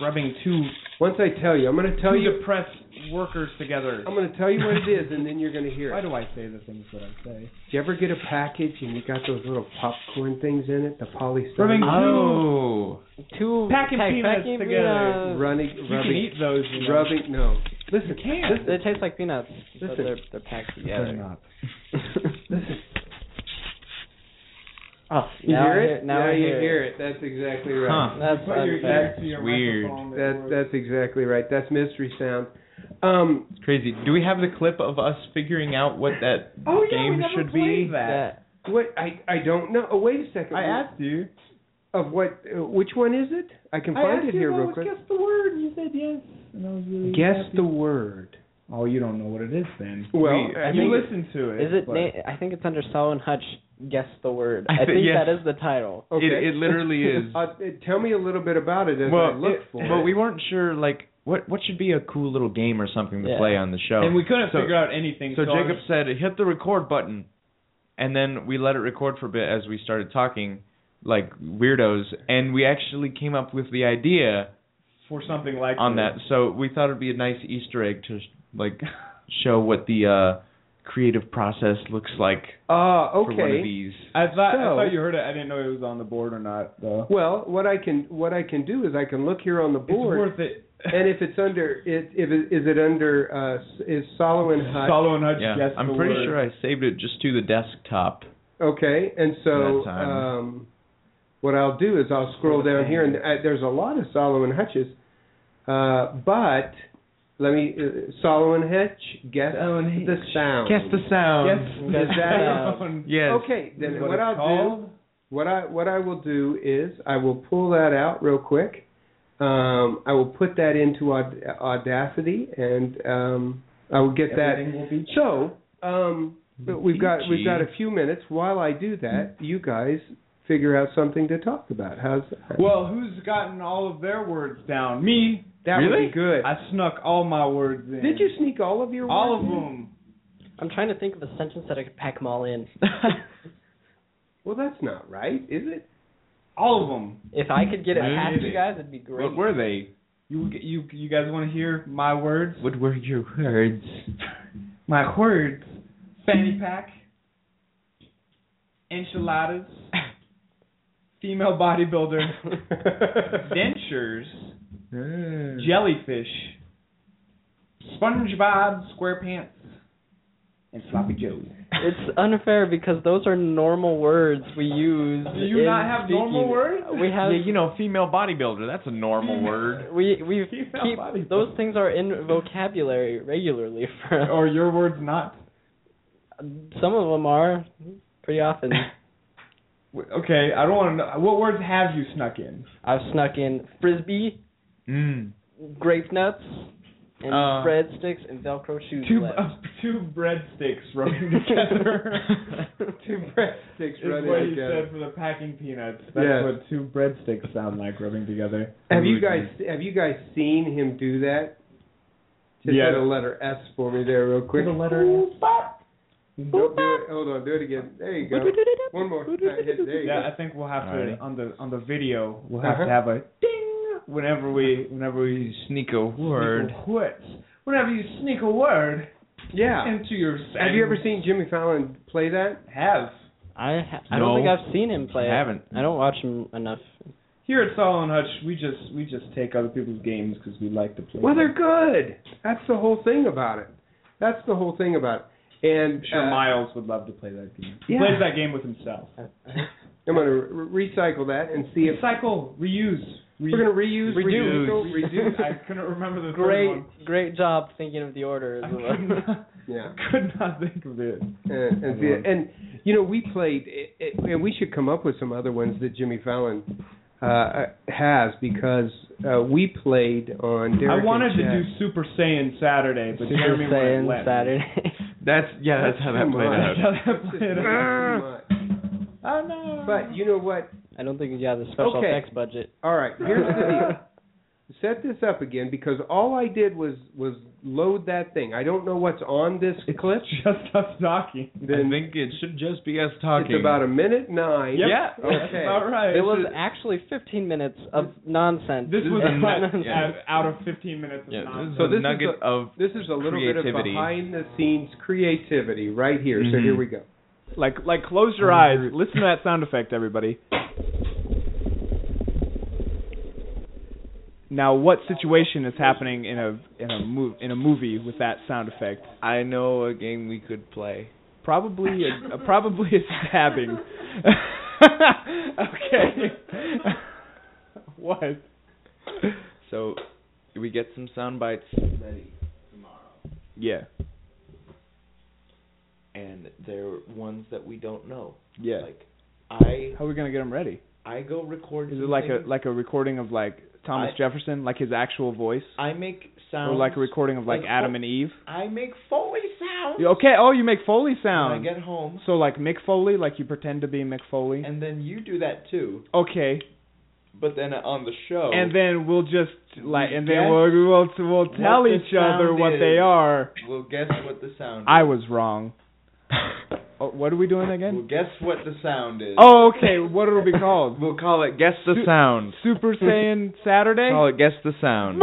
rubbing two Once I tell you, I'm going to tell two you. depressed workers together. I'm going to tell you what it is, and then you're going to hear Why it. do I say the things that I say? Did you ever get a package and you got those little popcorn things in it, the polystyrene? Rubbing Oh. Two Pack and pack, peanuts packing together. peanuts. running, You can rubbing, eat those. You know. rubbing. No, listen, can't. They taste like peanuts, but Listen. they're they're packed together. listen. Oh, You now hear I it? hear, now I you hear, hear it. That's exactly right. Huh. That's Put your unfair. ear to your weird. microphone that That works. that's exactly right. That's mystery sound. Um, It's crazy. Do we have the clip of us figuring out what that Oh, yeah, we game never should played be? that. what I I don't know. Oh, wait a second. I asked you. of what? Uh, which one is it? I can I find asked it you here if I real would quick. Guess the word. and You said yes. And I was really Guess happy. the word. Oh, you don't know what it is then. Well, We- I you think- listen to it. Is it? but- Na- I think it's under Saul and Hutch. Guess the word. I I, thi- think yes. that is the title. Okay. It, it literally is. Uh, tell me a little bit about it as well, I look it- for but it. we weren't sure like what what should be a cool little game or something to Yeah. play on the show. And we couldn't So- figure out anything. So I was- Jacob said, "Hit the record button," and then we let it record for a bit as we started talking, like weirdos. And we actually came up with the idea for something like on that. So we thought it'd be a nice Easter egg to like show what the uh, creative process looks like Ah, for one of okay. these. I thought So- I thought you heard it. I didn't know it was on the board or not though. Well, what I can what I can do is I can look here on the It's board, worth it. and if it's under it, if it, is it under uh, s- is Solomon Hut? Solo and Hutch Yeah, guess I'm the pretty word. sure I saved it just to the desktop. Okay, and so That time. um, what I'll do is I'll scroll down here, and uh, there's a lot of Solomon Hutches, uh, but let me uh, Solomon Hutch guess Solomon the sound. Guess the sound. Yes, Does that- Yes. Okay, This then is what, what it's I'll called. do what I what I will do is I will pull that out real quick. Um, I will put that into Aud- Audacity, and um, I will get that. Everything will be So um, but we've got we've got a few minutes. While I do that, Hmm. you guys figure out something to talk about. How's that? Well, who's gotten all of their words down? Me. that really? would be good. I snuck all my words in. Did you sneak all of your All of words in? them. I'm trying to think of a sentence that I could pack them all in. Well, that's not right, is it? All of them. if I could get it past you Really? guys, it'd be great. What were they? You you you guys want to hear my words? What were your words? My words. Fanny pack. Enchiladas. Female bodybuilder. dentures. Mm. Jellyfish. SpongeBob SquarePants. And Sloppy Joe. It's unfair because those are normal words we use. Do you in not have speaking. normal words? We have. Yeah, you know, female bodybuilder. That's a normal word. We we Female keep bodybuilder. those things are in vocabulary regularly for us. Or your words not? Some of them are pretty often. Okay, I don't want to know. What words have you snuck in? I've snuck in frisbee, mm. grape nuts, and Uh, breadsticks and Velcro shoes. Two left. uh, two breadsticks rubbing together. two breadsticks running is what you together. said for the packing peanuts. That's Yeah. what two breadsticks sound like rubbing together. Have you guys have you guys seen him do that? Just Yeah. add a letter S for me there, real quick. Put a letter. Don't do it. Hold on, do it again. There you go. One more. All right, There you go. Yeah, I think we'll have to Alrighty. on the on the video. We'll have to Uh-huh. have a ding whenever we whenever we sneak a word. sneak a word. Whenever you sneak a word Yeah. into your. Have you ever seen Jimmy Fallon play that? Have. I ha- I No. don't think I've seen him play. it. Haven't. I don't watch him enough. Here at Solomon Hutch, we just we just take other people's games because we like to play. Well, they're good. That's the whole thing about it. That's the whole thing about it. And I'm sure uh, Miles would love to play that game. He Yeah. plays that game with himself. I'm going to re- recycle that and see if recycle, reuse. Re- We're going to reuse, recycle, reduce. I couldn't remember the Great, third one. great job thinking of the order. As well. yeah. Could not think of it. and and, see it. and you know we played it, it, and we should come up with some other ones that Jimmy Fallon uh, has because uh, we played on. Derek I wanted and to do Jack. Super Saiyan Saturday, but Super Jeremy wouldn't Saiyan let me. Saturday. That's yeah. That's, how that too played out. much. That's just played out. I know. But you know what? I don't think you have the special Okay. effects budget. All right, here's the deal. Set this up again because all I did was was load that thing. I don't know what's on this clip. Just us talking. Then I think it should just be us talking. it's about a minute nine. Yep. Yeah. Okay. All right. It was actually 15 minutes of nonsense. This was And cut nonsense. uh, out of 15 minutes of Yeah, this nonsense. is So a this is nugget a- of This is a little bit of Creativity. behind the scenes creativity right here. So Mhm. here we go. Like, like, close your eyes. Listen to that sound effect, everybody. Now, what situation is happening in a in a mov- in a movie with that sound effect? I know a game we could play. Probably a, a probably a stabbing. okay. what? So we get some sound bites. Yeah. and they're ones that we don't know. Yeah. Like I How are we gonna get them ready? I go record. Is it like a something, like a recording of like Thomas I- Jefferson, like his actual voice, I make sounds or like a recording of like like Adam fo- and Eve? I make Foley sounds. Okay. Oh, you make Foley When I sound. get home, So like Mick Foley, like you pretend to be Mick Foley. and then you do that too. Okay. But then on the show, And then we'll just like, and then Guess we'll we'll, we'll tell the each other sound what is. they are. we'll guess what the sound. I was wrong. oh, what are we doing We'll again? guess what the sound is. Oh, okay. What it'll be called? We'll call it guess the Su- sound. Super Saiyan Saturday. Call it guess the sound.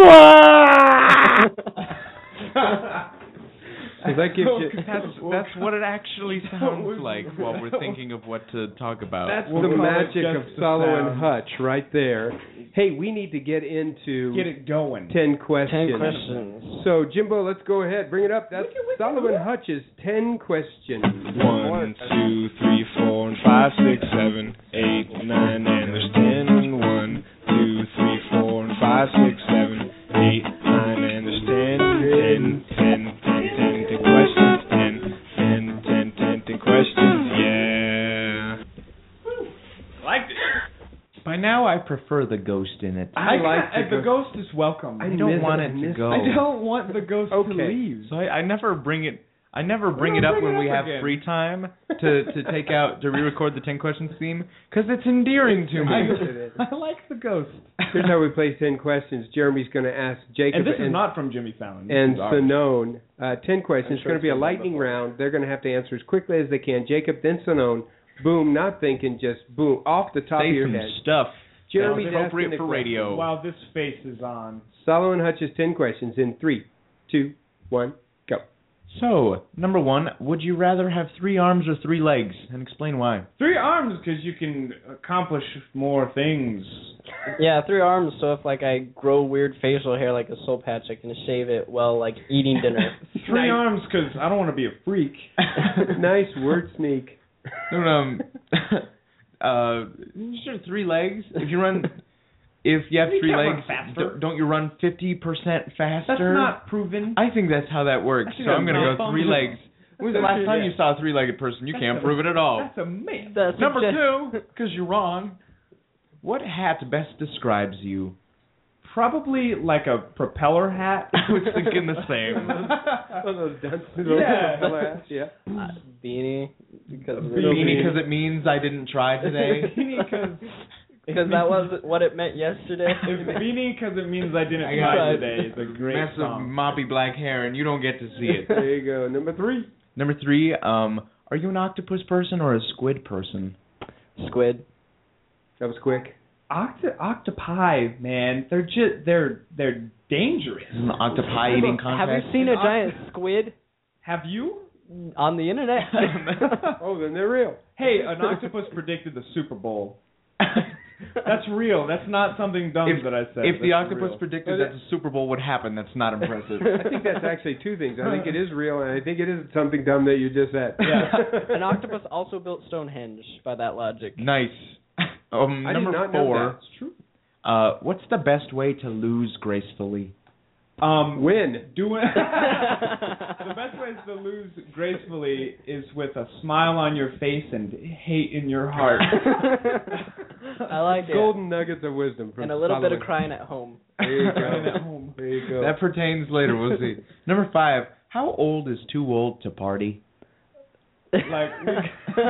So that Oh, gives you. That's that's what it actually sounds like while we're thinking of what to talk about. That's We'll the call it magic just of the Solo sound. and Hutch right there. Hey, we need to get into Get it going. ten questions. Ten questions. So Jimbo, let's go ahead. Bring it up. That's Solomon Hutch's ten questions. One, two, three, four, and five, six, seven, eight, nine, and there's ten and one, two, three, four, and five, six, seven, eight, nine, and there's ten, ten, ten, ten, ten, ten questions, ten, ten, ten, ten, ten questions, yeah. liked it. By now, I prefer the ghost in it. I like can't- uh, to the go- ghost is welcome. I I don't miss want I it to miss go. I don't want the ghost to Okay. leave. So I, I never bring it. I never bring don't it up bring when it we up have again. free time to to take out to re-record the ten questions theme because it's endearing to me. I like the ghost. Here's how we play ten questions. Jeremy's going to ask Jacob And this is not from Jimmy Fallon. This and is ours. Sonone. Uh, ten questions. I'm it's sure going to be it's been a done lightning before. round. They're going to have to answer as quickly as they can. Jacob, then Sonone. Boom, not thinking, just boom, off the top Say of your some head. stuff Jeremy's that's appropriate asking for the radio. While this face is on. Solomon Hutch's ten questions in three, two, one, go. So, number one, would you rather have three arms or three legs? And explain why. Three arms because you can accomplish more things. Yeah, three arms. So if like I grow weird facial hair like a soul patch, I can shave it while like eating dinner. Three arms 'cause arms because I don't want to be a freak. nice word sneak. um, uh, sure, three legs. If you run, if you have You three can't run legs, faster. d- don't you run fifty percent faster? That's not proven. I think that's how that works. Actually, so I'm that's gonna go not- three legs. When was the last time you Yeah. saw a three-legged person? You That's can't a- prove it at all. That's a myth. Number two, because you're wrong. What hat best describes you? Probably like a propeller hat. I was thinking the same. Yeah. yeah. Uh, beanie because of the- Beanie, because it means I didn't try today. because that was what it meant yesterday. Beanie because it means I didn't I fly got today. It's a great mess song. of moppy black hair, and you don't get to see it. there you go. Number three. Number three, um, are you an octopus person or a squid person? Squid. That was quick. Octo- octopi, man, they're just they're they're dangerous. An octopi eating contest. Have you seen a giant squid Have you? on the internet? oh, then they're real. Hey, an octopus predicted the Super Bowl. That's real. That's not something dumb that I said. if the That's octopus real. predicted that the Super Bowl would happen, that's not impressive. I think that's actually two things. I think it is real, and I think it is something dumb that you just said. An octopus also built Stonehenge by that logic. nice. Um, I did number not know four. that. true. Uh, what's the best way to lose gracefully? Um, Win. Doing the best ways to lose gracefully is with a smile on your face and hate in your heart. I like it. Golden nuggets of wisdom from And a little bit of Solomon. crying at home. There you Crying at go. there you go. That pertains later. We'll see. number five. How old is too old to party? like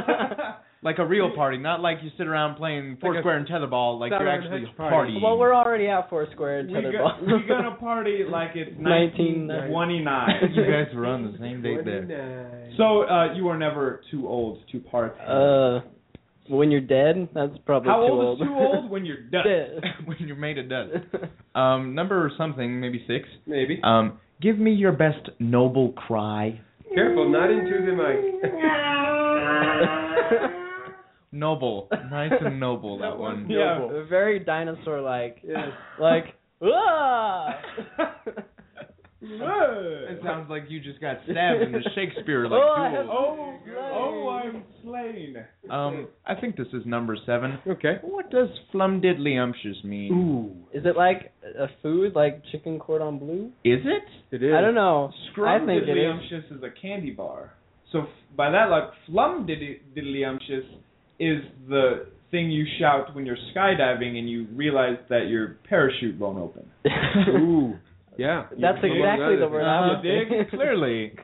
Like a real party, not like you sit around playing Foursquare and tetherball. Like you're Southern actually Hutch party. partying. Well, we're already at Foursquare and we Tetherball. go, we're gonna party like it's 19. 1929. you guys were on the same date there. So uh, you are never too old to party. Uh, when you're dead, that's probably How too old, old. is too old when you're done? when you're made a dud. Um, number or something, maybe six. Maybe. Um, give me your best noble cry. Careful, not into the mic. Noble, nice and noble that one. yeah, very dinosaur-like. Yes. Like, ah. It sounds like you just got stabbed in the Shakespeare like Oh, I have- duel. Oh, oh, I'm slain. Um, I think this is number seven. Okay. What does flumdiddlyumptious mean? Ooh. Is it like a food, like chicken cordon bleu? Is it? It is. I don't know. I think it is. Scrumdiddlyumptious is a candy bar. So f- by that, like flumdiddlyumptious is the thing you shout when you're skydiving and you realize that your parachute won't open. Ooh. Yeah. That's You- exactly the word I Uh, was thinking. Clearly.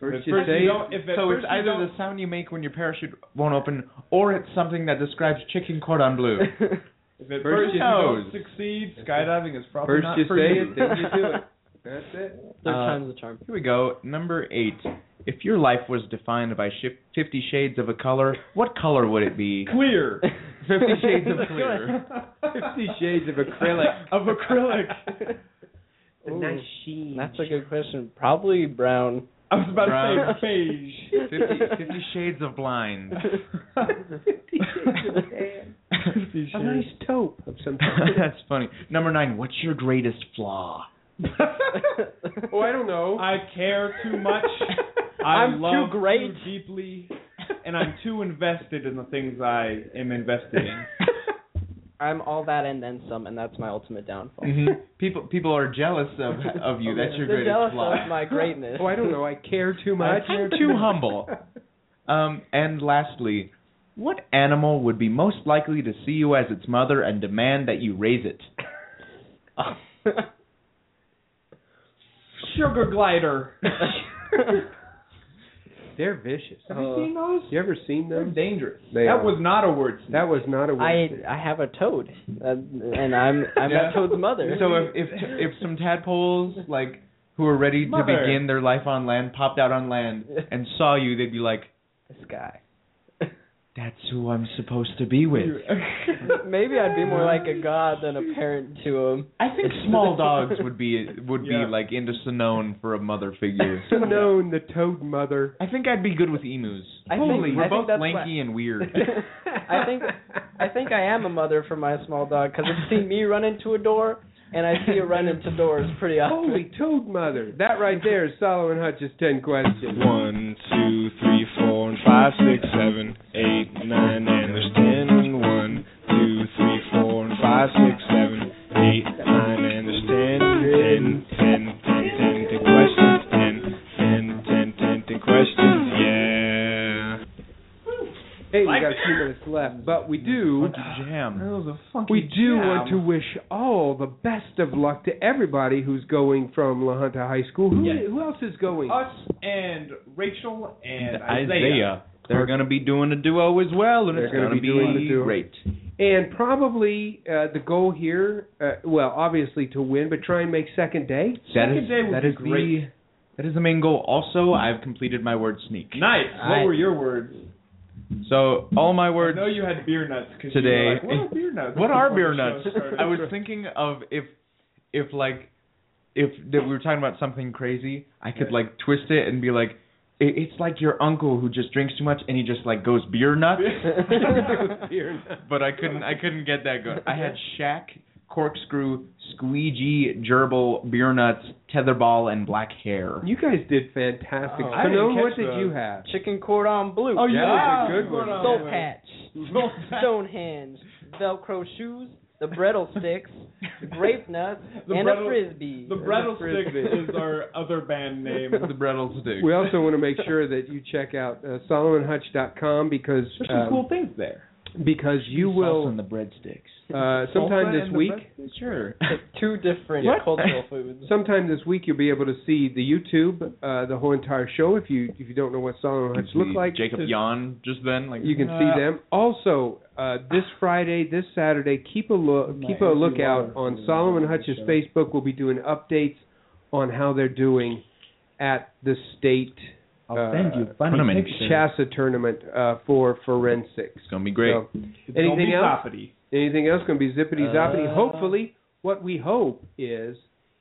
First At you first say. you don't- if at So first it's you either the don't- sound you make when your parachute won't open, or it's something that describes chicken cordon bleu. if at first first you you don't knows. succeed, skydiving is probably First not you for say you. it, then you do it. That's it. Third Uh, time's the charm. Here we go. Number eight. If your life was defined by shif- Fifty Shades of a Color, what color would it be? Clear. Fifty Shades of Clear. Fifty Shades of Acrylic. of acrylic. Ooh, That's a good question. Probably brown. I was about Brown. to say beige. Fifty, Fifty Shades of Blind. Fifty A Shades. nice taupe of some kind. That's funny. Number nine. What's your greatest flaw? oh, I don't know. I care too much. I I'm too love great. too deeply, and I'm too invested in the things I am invested in. I'm all that and then some, and that's my ultimate downfall. Mhm. People people are jealous of of you. That's your They're jealous greatest flaw. of my greatness. Oh, I don't know. I care too much. You're too humble. Um, and lastly, what animal would be most likely to see you as its mother and demand that you raise it? Sugar glider. They're vicious. Have Uh, you seen those? You ever seen They're them? dangerous. They that are. was not a word. That was not a I word. I have a toad, uh, and I'm I'm Yeah. that toad's mother. So if if if some tadpoles like who are ready Mother. to begin their life on land popped out on land and saw you, they'd be like, this guy, that's who I'm supposed to be with. Maybe I'd be more like a god than a parent to him. I think Small dogs would be would be like into Sonone for a mother figure. Known the toad mother. I think I'd be good with emus. I think- Holy, I we're think both that's lanky and weird. I think I think I am a mother for my small dog because I've seen me run into a door and I see it run into doors pretty often. Holy toad mother. That right there is Solomon Hutch's 10 questions. One, two, three, four, and five, six, seven, eight, nine, and there's ten. And one, two, three, four, and five, six, seven, eight, nine, and there's ten. Ten, ten, ten, ten, ten questions. Ten, ten, ten, ten, ten questions. Yeah. Hey, we got a few minutes left, but we Oh, do. Oh, We do want to wish all the best of luck to everybody who's going from La Junta High School. Who, who else is going? Uh, Us and Rachel and Isaiah. Isaiah. They're going to be doing a duo as well, and They're it's gonna going to be doing the duo. great. And probably uh, the goal here, uh, well, obviously to win, but try and make second day. That is that is the that is the main goal. Also, I've completed my word sneak. Nice. What were your words? So all my words. I know you had beer nuts because today. You were like, what are beer nuts? What are Before beer the nuts? show started. I was thinking of if, if like, if that we were talking about something crazy, I could Yeah. like twist it and be like, it, it's like your uncle who just drinks too much and he just like goes beer nuts. but I couldn't, I couldn't get that good. I had Shaq, corkscrew, squeegee, gerbil, beer nuts, tetherball, and black hair. You guys did fantastic. Oh, I so, didn't what catch did those. you have? Chicken cordon bleu. Oh, yeah, that's a good one. Soul patch. Stonehenge. Velcro shoes. The brettle sticks. grape nuts. The and Brettle- a frisbee. The Brettle Sticks is our other band name. the Brettle Sticks. We also want to make sure that you check out uh, SolomonHutch.com because There's some um, cool things there. because you will the breadsticks. uh, sometime this week. Sure. Two different What? cultural foods. Sometime this week, you'll be able to see the YouTube, uh, the whole entire show. If you if you don't know what Solomon Hutch look like, Jacob Yon just then. Like you can uh, see them. Also, uh, this Friday, this Saturday, keep a look keep a empty lookout on Solomon Hutch's Facebook. We'll be doing updates on how they're doing at the state uh, send you funny tournament. pictures. Chassa tournament uh, for forensics. It's gonna be great. anything Don't be else? boppity. Anything else going to be zippity zoppity? Uh, Hopefully, what we hope is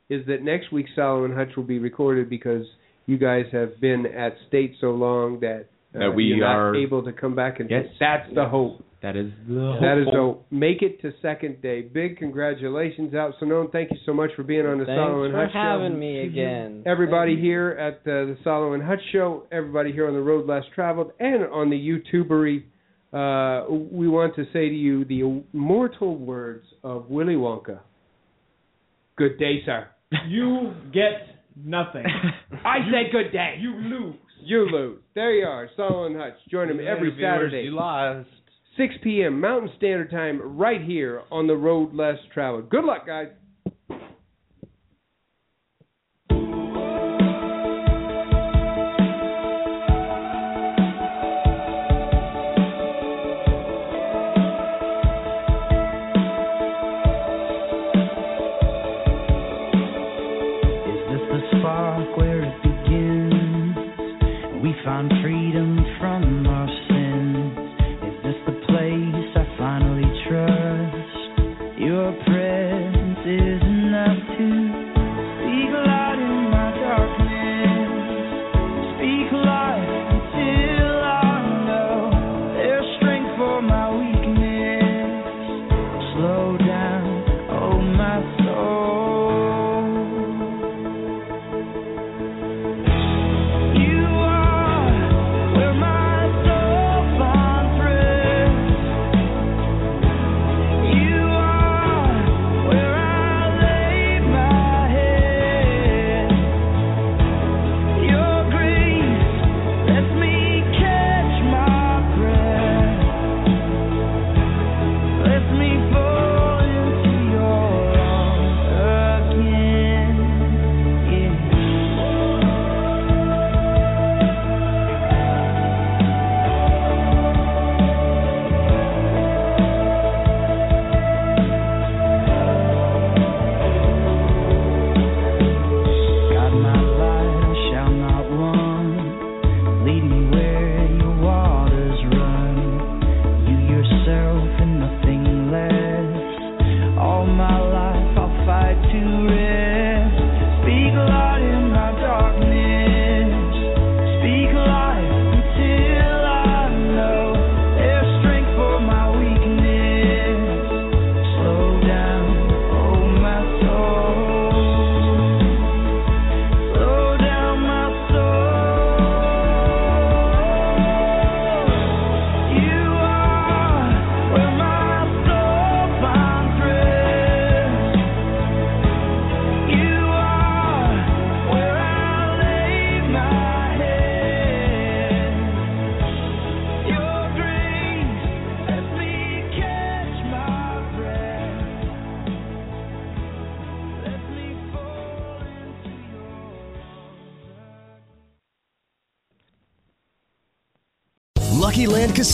is that next week Solomon Hutch will be recorded because you guys have been at state so long that, uh, That we you're not are- able to come back and Yes. that's the hope. That is the That is the make it to second day. Big congratulations out Sonone. Thank you so much for being on the Thanks Solomon for Hutch show. having me again. Everybody here at uh, the, the Solomon Hutch Show, everybody here on the Road Less Traveled, and on the YouTubery, uh, we want to say to you the immortal words of Willy Wonka. Good day, sir. You get nothing. I say good day. You lose. You lose. There you are, Solomon Hutch. Join him every Saturday. You lost. 6 p.m. Mountain Standard Time, right here on the road less traveled. Good luck, guys. Is this the spark where it begins? We find freedom from our sins. Is this the place I finally trust? Your presence is enough to speak light in my darkness. Speak light until I know there's strength for my weakness. Slow down, oh my soul. You are where my oh Lucky Land